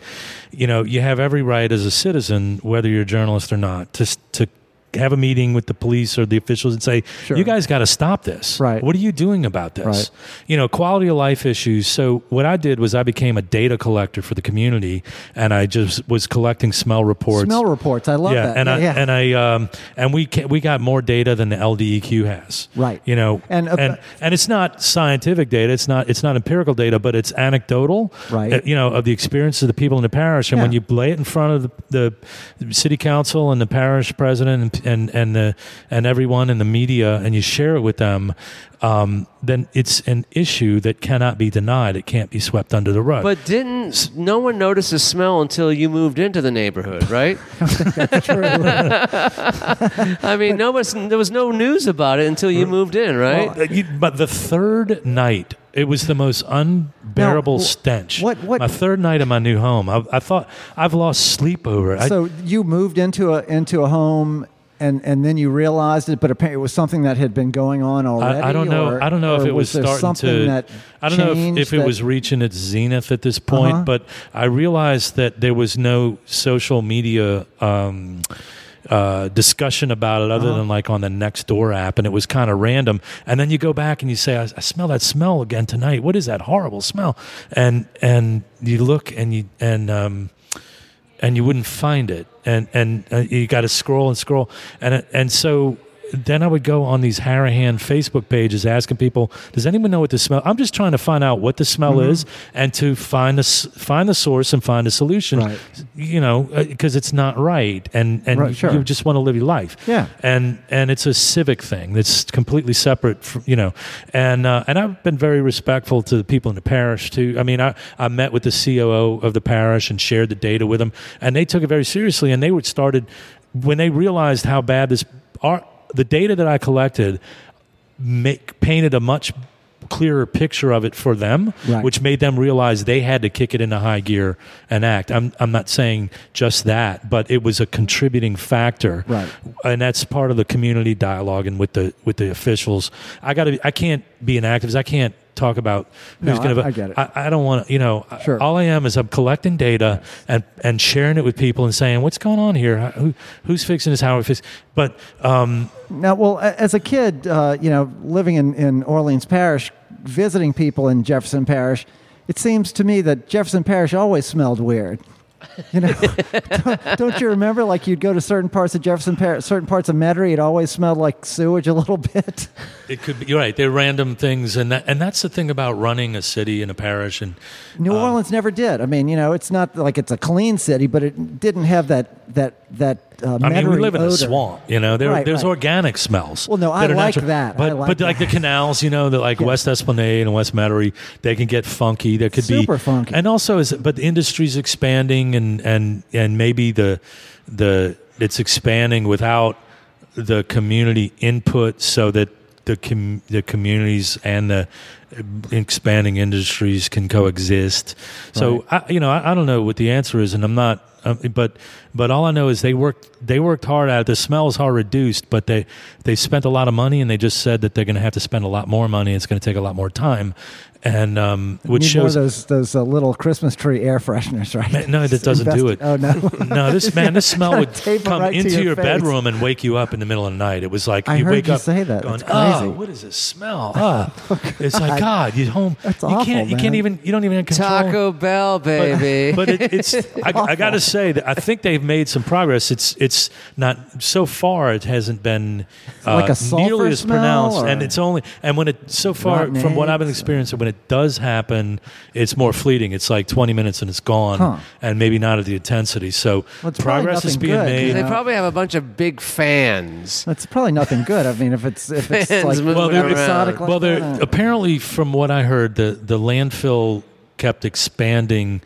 Speaker 3: You know, you have every right as a citizen, whether you're a journalist or not, to, to have a meeting with the police or the officials and say,
Speaker 1: Sure.
Speaker 3: you guys got to stop this.
Speaker 1: Right.
Speaker 3: What are you doing about this?
Speaker 1: Right.
Speaker 3: You know, quality of life issues. So what I did was I became a data collector for the community and I just was collecting smell reports
Speaker 1: Smell reports. I love
Speaker 3: yeah,
Speaker 1: that.
Speaker 3: and I
Speaker 1: yeah.
Speaker 3: and I um, and we ca we got more data than the LDEQ has.
Speaker 1: Right.
Speaker 3: You know,
Speaker 1: And,
Speaker 3: and
Speaker 1: uh,
Speaker 3: and, and it's not scientific data. It's not it's not empirical data, but it's anecdotal.
Speaker 1: Right.
Speaker 3: uh, you know, of the experience of the people in the parish, and when
Speaker 1: Yeah.
Speaker 3: you lay it in front of the, the city council and the parish president and, and and the and everyone in the media, and you share it with them. Um, then it's an issue that cannot be denied. It can't be swept under the rug.
Speaker 2: But didn't no one notice the smell until you moved into the neighborhood, right? I mean, no, was- there was no news about it until you moved in, right?
Speaker 3: Uh, you- but the third night, it was the most unbearable
Speaker 1: Now, wh-
Speaker 3: stench.
Speaker 1: what- what-
Speaker 3: My third night in my new home. I, I thought I've lost sleep over it. I-
Speaker 1: so you moved into a into a home, and and then you realized it, but apparently it was something that had been going on already.
Speaker 3: I, I don't know.
Speaker 1: or-
Speaker 3: I don't know if
Speaker 1: or
Speaker 3: it was,
Speaker 1: there
Speaker 3: starting
Speaker 1: something
Speaker 3: to.
Speaker 1: That
Speaker 3: I don't know if,
Speaker 1: changed
Speaker 3: if it
Speaker 1: that-
Speaker 3: was reaching its zenith at this point,
Speaker 1: Uh-huh.
Speaker 3: but I realized that there was no social media. Um, uh, discussion about it other
Speaker 1: Uh-huh.
Speaker 3: than like on the next door app and it was kind of random and then you go back and you say I, I smell that smell again tonight what is that horrible smell and and you look and you and um and you wouldn't find it and and uh, you got to scroll and scroll and uh, and so then I would go on these Harahan Facebook pages asking people, "Does anyone know what the smell?" I'm just trying to find out what the smell
Speaker 1: Mm-hmm.
Speaker 3: is and to find the s- find the source and find a solution.
Speaker 1: Right.
Speaker 3: You know, because it's not right, and and
Speaker 1: Right,
Speaker 3: you-
Speaker 1: sure.
Speaker 3: you just want to live your life.
Speaker 1: Yeah.
Speaker 3: and and it's a civic thing that's completely separate. From, you know, and uh, and I've been very respectful to the people in the parish too. I mean, I I met with the COO of the parish and shared the data with them, and they took it very seriously. And they would started when they realized how bad this are the data that I collected make painted a much clearer picture of it for them
Speaker 1: Right.
Speaker 3: which made them realize they had to kick it into high gear and act i'm i'm not saying just that but it was a contributing factor
Speaker 1: Right.
Speaker 3: and that's part of the community dialogue and with the with the officials i got to i can't be an activist i can't talk about
Speaker 1: No,
Speaker 3: who's going
Speaker 1: I- I get it.
Speaker 3: I, I don't want to you know I-
Speaker 1: Sure.
Speaker 3: all i am is i'm collecting data and and sharing it with people and saying what's going on here Who, who's fixing this how are we fix but um
Speaker 1: Now, well, a- as a kid, uh, you know, living in, in Orleans Parish, visiting people in Jefferson Parish, it seems to me that Jefferson Parish always smelled weird. You know, don't, don't you remember? Like you'd go to certain parts of Jefferson Parish, certain parts of Metairie, it always smelled like sewage a little bit.
Speaker 3: It could be. You're right. They're random things, and that, and that's the thing about running a city and a parish. And
Speaker 1: New
Speaker 3: Um,
Speaker 1: Orleans never did. I mean, you know, it's not like it's a clean city, but it didn't have that that that. Uh,
Speaker 3: I mean, we
Speaker 1: Metairie
Speaker 3: live in
Speaker 1: odor.
Speaker 3: a swamp. You know, there,
Speaker 1: Right,
Speaker 3: there's
Speaker 1: right.
Speaker 3: organic smells.
Speaker 1: Well, no, I
Speaker 3: are
Speaker 1: like that. I
Speaker 3: But
Speaker 1: like
Speaker 3: but like the canals, you know, that like West Esplanade and West Metairie, they can get funky. There could
Speaker 1: Super
Speaker 3: be
Speaker 1: funky.
Speaker 3: And also, is but the industry's expanding, and and and maybe the the it's expanding without the community input, so that. The, com- the communities and the expanding industries can coexist. So I, you know, I, I don't know what the answer is, and I'm not. Um, but but all I know is they worked they worked hard at it. The smells are reduced, but they they spent a lot of money, and they just said that they're going to have to spend a lot more money. It's going to take a lot more time, and um, which
Speaker 1: Need more of those
Speaker 3: shows.
Speaker 1: those uh, little Christmas tree air fresheners, right?
Speaker 3: Man, no, that doesn't do
Speaker 1: Invest-
Speaker 3: it.
Speaker 1: Oh no.
Speaker 3: No, this man, this smell would
Speaker 1: Tape 'em
Speaker 3: come
Speaker 1: right to
Speaker 3: into
Speaker 1: your
Speaker 3: your,
Speaker 1: face.
Speaker 3: bedroom and wake you up in the middle of the night. It was like
Speaker 1: I
Speaker 3: you
Speaker 1: heard
Speaker 3: wake
Speaker 1: you
Speaker 3: up
Speaker 1: say that.
Speaker 3: going,
Speaker 1: That's
Speaker 3: "Ah,
Speaker 1: crazy."
Speaker 3: what is this smell? Ah, it's like God. You home.
Speaker 1: That's
Speaker 3: you
Speaker 1: awful,
Speaker 3: can't. You
Speaker 1: man.
Speaker 3: can't even. You don't even control.
Speaker 2: Taco Bell, baby.
Speaker 3: But it, it's I, I got to say that I think they've made some progress. It's it's not so far. It hasn't been uh,
Speaker 1: Like a sulfur
Speaker 3: nearly as
Speaker 1: smell,
Speaker 3: pronounced,
Speaker 1: or-
Speaker 3: and it's only and when it so far
Speaker 1: Rotten
Speaker 3: from what I've been
Speaker 1: eggs, or-
Speaker 3: experiencing, when it does happen, it's more fleeting. It's like twenty minutes and it's gone,
Speaker 1: Huh.
Speaker 3: and maybe not at the intensity. So
Speaker 1: Well, it's probably
Speaker 3: progress is
Speaker 1: nothing
Speaker 3: being
Speaker 1: good, 'cause
Speaker 3: made.
Speaker 2: they
Speaker 1: know.
Speaker 2: probably have a bunch of big fans.
Speaker 1: That's probably nothing good. I mean, if it's if it's
Speaker 2: Fans
Speaker 1: like
Speaker 2: moving
Speaker 3: Well, they're- uh,
Speaker 1: episodic like
Speaker 2: around.
Speaker 3: well, they're
Speaker 1: that.
Speaker 3: apparently, from what I heard, the the landfill kept expanding,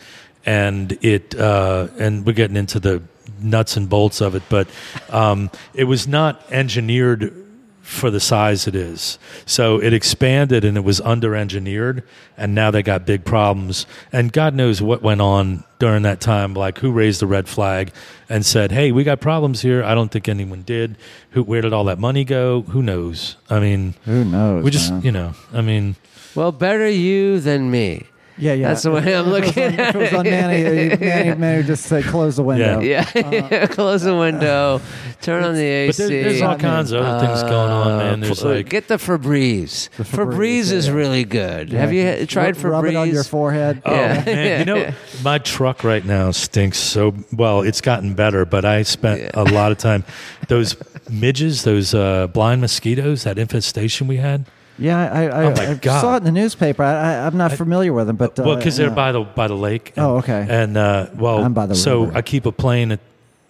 Speaker 3: and it uh, and we're getting into the nuts and bolts of it, but um, it was not engineered for the size it is. So it expanded and it was underengineered, and now they got big problems. And God knows what went on during that time. Like who raised the red flag and said, "Hey, we got problems here." I don't think anyone did. Who? Where did all that money go? Who knows? I mean,
Speaker 1: Who knows?
Speaker 3: we just
Speaker 1: man?
Speaker 3: you know, I mean,
Speaker 2: Well, better you than me.
Speaker 1: yeah, yeah.
Speaker 2: That's the way I'm
Speaker 1: If it was
Speaker 2: looking
Speaker 1: on, if
Speaker 2: at
Speaker 1: it was on
Speaker 2: it.
Speaker 1: Manny, uh, Manny, Manny would just say, "Close the window."
Speaker 2: Yeah,
Speaker 1: Uh,
Speaker 2: close the window, turn on the
Speaker 3: but
Speaker 2: AC.
Speaker 3: there, there's all kinds of other things going on, man.
Speaker 2: Uh,
Speaker 3: There's
Speaker 2: f-
Speaker 3: like
Speaker 2: get the Febreze. Febreze,
Speaker 1: Febreze,
Speaker 2: is
Speaker 1: yeah.
Speaker 2: really good.
Speaker 1: Yeah.
Speaker 2: Have you had- tried
Speaker 1: Rub-
Speaker 2: Febreze?
Speaker 1: Rub it on your forehead.
Speaker 3: Oh
Speaker 2: Yeah.
Speaker 3: man, you know my truck right now stinks so well. It's gotten better, but I spent a lot of time. Those midges, those uh, blind mosquitoes, that infestation we had.
Speaker 1: Yeah, I, I,
Speaker 3: Oh my
Speaker 1: I
Speaker 3: God.
Speaker 1: saw it in the newspaper. I, I, I'm not familiar with them, but uh,
Speaker 3: well, because they're
Speaker 1: yeah.
Speaker 3: by the by the lake. And,
Speaker 1: Oh, okay.
Speaker 3: And uh, well,
Speaker 1: I'm by the
Speaker 3: so
Speaker 1: river.
Speaker 3: I keep a plane at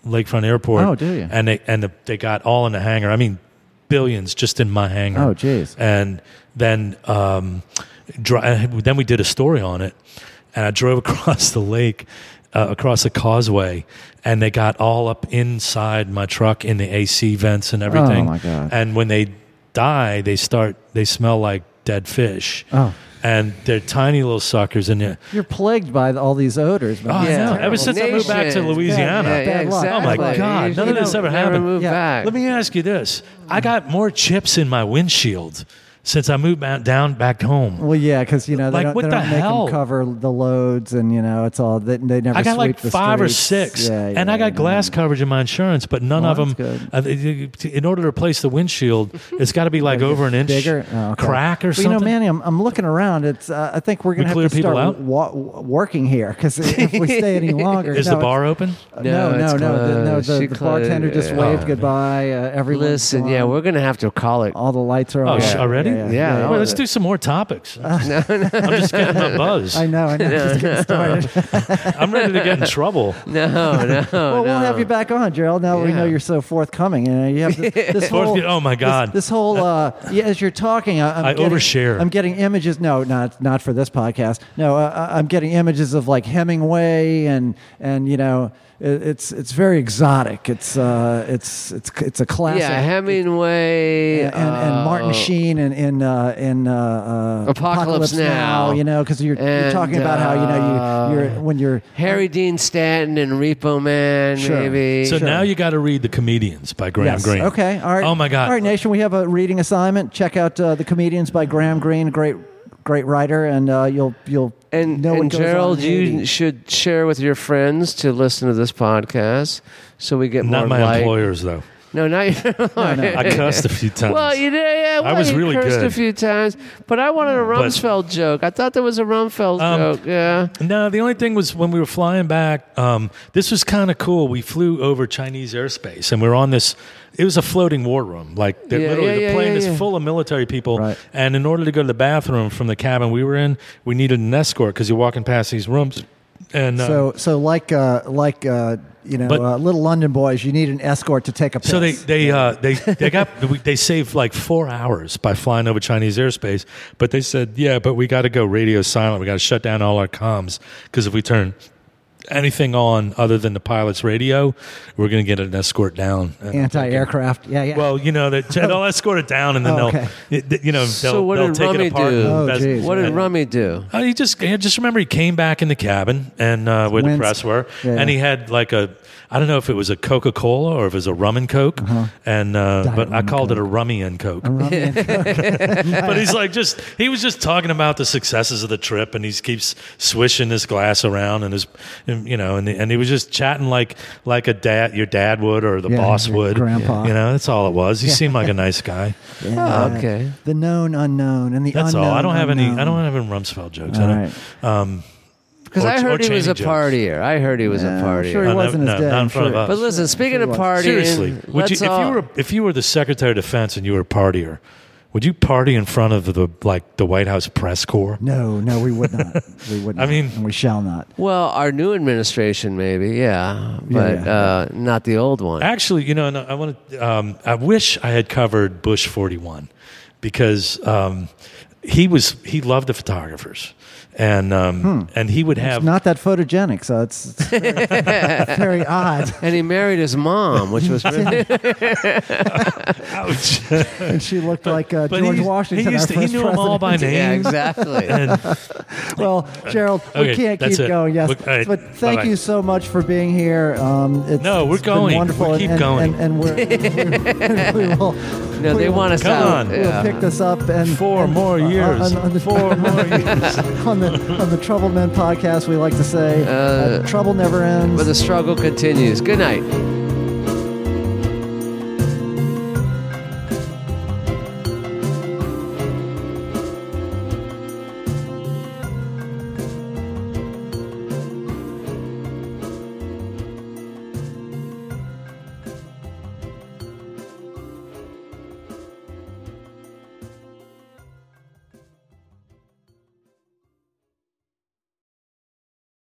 Speaker 3: Lakefront Airport.
Speaker 1: Oh, do you?
Speaker 3: And they and the, they got all in the hangar. I mean, billions just in my hangar.
Speaker 1: Oh, jeez.
Speaker 3: And then um, dri- uh, then we did a story on it, and I drove across the lake. Uh, across a causeway, and they got all up inside my truck in the AC vents and everything.
Speaker 1: Oh, my God.
Speaker 3: And when they die, they start they smell like dead fish.
Speaker 1: Oh.
Speaker 3: And they're tiny little suckers, and you
Speaker 1: You're plagued by all these odors. man.
Speaker 3: Oh,
Speaker 1: It's
Speaker 3: I know.
Speaker 1: terrible.
Speaker 3: Ever since I moved back to
Speaker 2: Nations.
Speaker 3: Louisiana.
Speaker 2: Yeah, yeah,
Speaker 1: Bad luck.
Speaker 2: exactly.
Speaker 1: Oh, my
Speaker 3: God.
Speaker 2: You
Speaker 3: None of
Speaker 2: should
Speaker 3: this ever
Speaker 2: never
Speaker 3: happened.
Speaker 2: Move
Speaker 1: Yeah.
Speaker 2: back.
Speaker 3: Let me ask you this: I got more chips in my windshield since I moved ba- down back home.
Speaker 1: Well, yeah, because you know they
Speaker 3: Like,
Speaker 1: don't,
Speaker 3: what
Speaker 1: they
Speaker 3: the
Speaker 1: don't make
Speaker 3: hell?
Speaker 1: them cover the loads, and you know it's all they, they never.
Speaker 3: I got like
Speaker 1: sweep the
Speaker 3: five or
Speaker 1: streets.
Speaker 3: six,
Speaker 1: Yeah, yeah,
Speaker 3: and I got
Speaker 1: yeah.
Speaker 3: glass coverage in my insurance, but none
Speaker 1: Well,
Speaker 3: of uh,
Speaker 1: that's
Speaker 3: them. I- I- I- In order to replace the windshield, it's got to be like over an inch
Speaker 1: Bigger Oh, okay.
Speaker 3: crack or
Speaker 1: Well,
Speaker 3: something.
Speaker 1: You know, Manny, I'm, I'm looking around. It's uh, I think we're gonna
Speaker 3: clear
Speaker 1: have to
Speaker 3: people
Speaker 1: start
Speaker 3: out?
Speaker 1: wa- wa- working here because if we stay any longer,
Speaker 3: Is
Speaker 1: no,
Speaker 3: the bar open?
Speaker 1: it's- No,
Speaker 2: No, it's
Speaker 1: no, no. The, no,
Speaker 2: closed.
Speaker 1: the,
Speaker 2: She
Speaker 1: the bartender
Speaker 2: closed.
Speaker 1: just
Speaker 2: Yeah.
Speaker 1: waved
Speaker 3: Oh,
Speaker 1: goodbody. Uh, everyone.
Speaker 2: Listen, yeah, we're gonna have to call it.
Speaker 1: all the lights are
Speaker 3: Oh,
Speaker 1: on.
Speaker 3: sh-
Speaker 1: Yeah,
Speaker 3: already?
Speaker 1: yeah,
Speaker 2: Yeah,
Speaker 1: yeah.
Speaker 2: all
Speaker 3: Well,
Speaker 2: of
Speaker 3: let's
Speaker 2: it.
Speaker 3: do some more topics. I'm just getting my buzz.
Speaker 1: I know. I know. Just getting started.
Speaker 3: I'm ready to get in trouble.
Speaker 2: No, no.
Speaker 1: Well,
Speaker 2: no.
Speaker 1: we'll have you back on, Gerald. Now we
Speaker 2: Yeah.
Speaker 1: know you're so forthcoming, and uh, you have this, this
Speaker 3: Forth-
Speaker 1: whole.
Speaker 3: oh my God!
Speaker 1: This, this whole uh, yeah, as you're talking, I, I'm
Speaker 3: I
Speaker 1: getting,
Speaker 3: overshare.
Speaker 1: I'm getting images. No, not not for this podcast. No, uh, I'm getting images of like Hemingway and and you know it, it's it's very exotic. It's uh it's it's it's a classic.
Speaker 2: Yeah, Hemingway
Speaker 1: and, and, and Martin
Speaker 2: uh,
Speaker 1: Sheen in in uh, in uh, uh,
Speaker 2: Apocalypse Now.
Speaker 1: you know, because you're, you're
Speaker 2: And,
Speaker 1: talking about how you know you you're when you're
Speaker 2: Harry Dean Stanton and Repo Man,
Speaker 1: Sure.
Speaker 2: maybe.
Speaker 3: So
Speaker 1: Sure.
Speaker 3: now you got to read The Comedians by Graham
Speaker 1: Yes.
Speaker 3: Greene.
Speaker 1: Okay. All right.
Speaker 3: Oh my God.
Speaker 1: All right, Nation. We have a reading assignment. Check out uh, the comedians by Graham Greene. Great, great writer, and uh, you'll you'll
Speaker 2: and,
Speaker 1: know what
Speaker 2: and
Speaker 1: goes on
Speaker 2: Gerald,
Speaker 1: in
Speaker 2: you
Speaker 1: Haiti.
Speaker 2: should share with your friends to listen to this podcast, so we get more
Speaker 3: Not my
Speaker 2: light.
Speaker 3: employers though.
Speaker 2: No, not your employer.
Speaker 3: I cussed a few times.
Speaker 2: Well, you did. Yeah, well,
Speaker 3: was
Speaker 2: you
Speaker 3: really
Speaker 2: cursed a
Speaker 3: good.
Speaker 2: few times, but I wanted a Rumsfeld joke. I thought there was a Rumsfeld
Speaker 3: Um,
Speaker 2: joke. Yeah.
Speaker 3: no, the only thing was when we were flying back. Um, this was kind of cool. We flew over Chinese airspace, and we were on this. It was a floating war room. Like the,
Speaker 2: Yeah,
Speaker 3: literally,
Speaker 2: yeah,
Speaker 3: the
Speaker 2: yeah,
Speaker 3: plane
Speaker 2: yeah,
Speaker 3: is
Speaker 2: yeah.
Speaker 3: full of military people.
Speaker 1: Right.
Speaker 3: And in order to go to the bathroom from the cabin we were in, we needed an escort because you're walking past these rooms. And uh,
Speaker 1: So so like uh, like uh, you know
Speaker 3: But-
Speaker 1: uh, little London boys, you need an escort to take a piss.
Speaker 3: So they they uh, they they got we- they saved like four hours by flying over Chinese airspace, but they said, yeah, but we got to go radio silent. We got to shut down all our comms because if we turn anything on other than the pilot's radio, we're going to get an escort down. And I'm
Speaker 1: anti-aircraft. Yeah, yeah.
Speaker 3: thinking, Well, you know that they'll escort it down, and then
Speaker 1: Oh, okay.
Speaker 3: they'll y- you know they'll,
Speaker 2: So what
Speaker 3: they'll
Speaker 2: did
Speaker 3: take
Speaker 2: Rummy
Speaker 3: it apart.
Speaker 2: do?
Speaker 3: and
Speaker 1: Oh,
Speaker 3: that's-
Speaker 1: geez.
Speaker 2: What did
Speaker 1: Yeah.
Speaker 2: Rummy do?
Speaker 3: Oh, he just I just remember he came back in the cabin and uh, where the
Speaker 1: Winced.
Speaker 3: press were,
Speaker 1: Yeah.
Speaker 3: and he had like a I don't know if it was a Coca Cola or if it was a rum and Coke, and uh,
Speaker 1: Uh-huh. Diet
Speaker 3: but I
Speaker 1: rum
Speaker 3: called it a rummy and Coke.
Speaker 1: Rub me in.
Speaker 3: but he's like just he was just talking about the successes of the trip, and he keeps swishing his glass around and his and, you know and and he was just chatting like like a dad your dad would or the
Speaker 1: Yeah,
Speaker 3: boss
Speaker 1: your
Speaker 3: would
Speaker 1: grandpa. Oh,
Speaker 3: you know that's all it was. He seemed like a nice guy.
Speaker 1: Yeah.
Speaker 2: Oh, okay.
Speaker 1: The known unknown and the
Speaker 3: That's
Speaker 1: unknown.
Speaker 3: all. I don't have any.
Speaker 1: unknown.
Speaker 3: I don't have any Rumsfeld jokes.
Speaker 1: All
Speaker 3: I don't,
Speaker 1: right.
Speaker 3: um,
Speaker 2: Because
Speaker 3: or-
Speaker 2: I
Speaker 3: or
Speaker 2: heard he was
Speaker 3: chaining
Speaker 2: a
Speaker 3: jokes.
Speaker 2: partier. I heard he was
Speaker 1: Yeah, I'm
Speaker 2: a partier.
Speaker 1: sure he
Speaker 3: Oh, no,
Speaker 1: wasn't
Speaker 3: no,
Speaker 1: as dead.
Speaker 3: not in
Speaker 1: I'm
Speaker 3: front of
Speaker 1: sure.
Speaker 3: us.
Speaker 2: But listen, speaking of
Speaker 1: was.
Speaker 2: partying,
Speaker 3: Seriously, would
Speaker 2: let's
Speaker 3: you, if
Speaker 2: all-
Speaker 3: you were if you were the Secretary of Defense and you were a partier, would you party in front of the like the White House press corps?
Speaker 1: No, no, we would not. We would. Not.
Speaker 3: mean-
Speaker 1: and we shall not.
Speaker 2: well, our new administration, maybe, yeah, but
Speaker 1: yeah.
Speaker 2: Uh, not the old one.
Speaker 3: Actually, you know, and I want to. Um, I wish I had covered Bush forty one because um, he was he loved the photographers, and um, and he would have
Speaker 1: Hmm. Not that photogenic, so it's, it's very, very odd.
Speaker 2: And he married his mom, which was really,
Speaker 3: ouch.
Speaker 1: And she looked like uh,
Speaker 3: But
Speaker 1: George
Speaker 3: he,
Speaker 1: Washington,
Speaker 3: he, used
Speaker 1: our
Speaker 3: to, he
Speaker 1: first
Speaker 3: knew them
Speaker 1: president.
Speaker 3: all by
Speaker 2: yeah,
Speaker 3: name.
Speaker 2: exactly.
Speaker 3: and
Speaker 1: Well, Gerald, we
Speaker 3: Okay,
Speaker 1: can't
Speaker 3: that's
Speaker 1: keep
Speaker 3: it.
Speaker 1: going. Yes,
Speaker 3: Look, all right,
Speaker 1: but thank
Speaker 3: bye-bye.
Speaker 1: you so much for being here. Um, it's,
Speaker 3: No, we're
Speaker 1: it's been
Speaker 3: going.
Speaker 1: wonderful,
Speaker 3: We
Speaker 1: and-
Speaker 3: keep
Speaker 1: and,
Speaker 3: going.
Speaker 1: and, and we're, we will.
Speaker 2: No,
Speaker 1: we
Speaker 2: they
Speaker 1: will-
Speaker 2: want us
Speaker 3: Come
Speaker 2: out.
Speaker 3: on.
Speaker 1: We'll
Speaker 2: Yeah.
Speaker 1: pick this up and
Speaker 3: four
Speaker 1: and-
Speaker 3: more
Speaker 1: uh,
Speaker 3: years.
Speaker 1: on, on the,
Speaker 3: four more years.
Speaker 1: on the on the Trouble Men podcast. We like to say,
Speaker 2: Uh,
Speaker 1: uh, "Trouble never ends."
Speaker 2: But the struggle continues. Good night.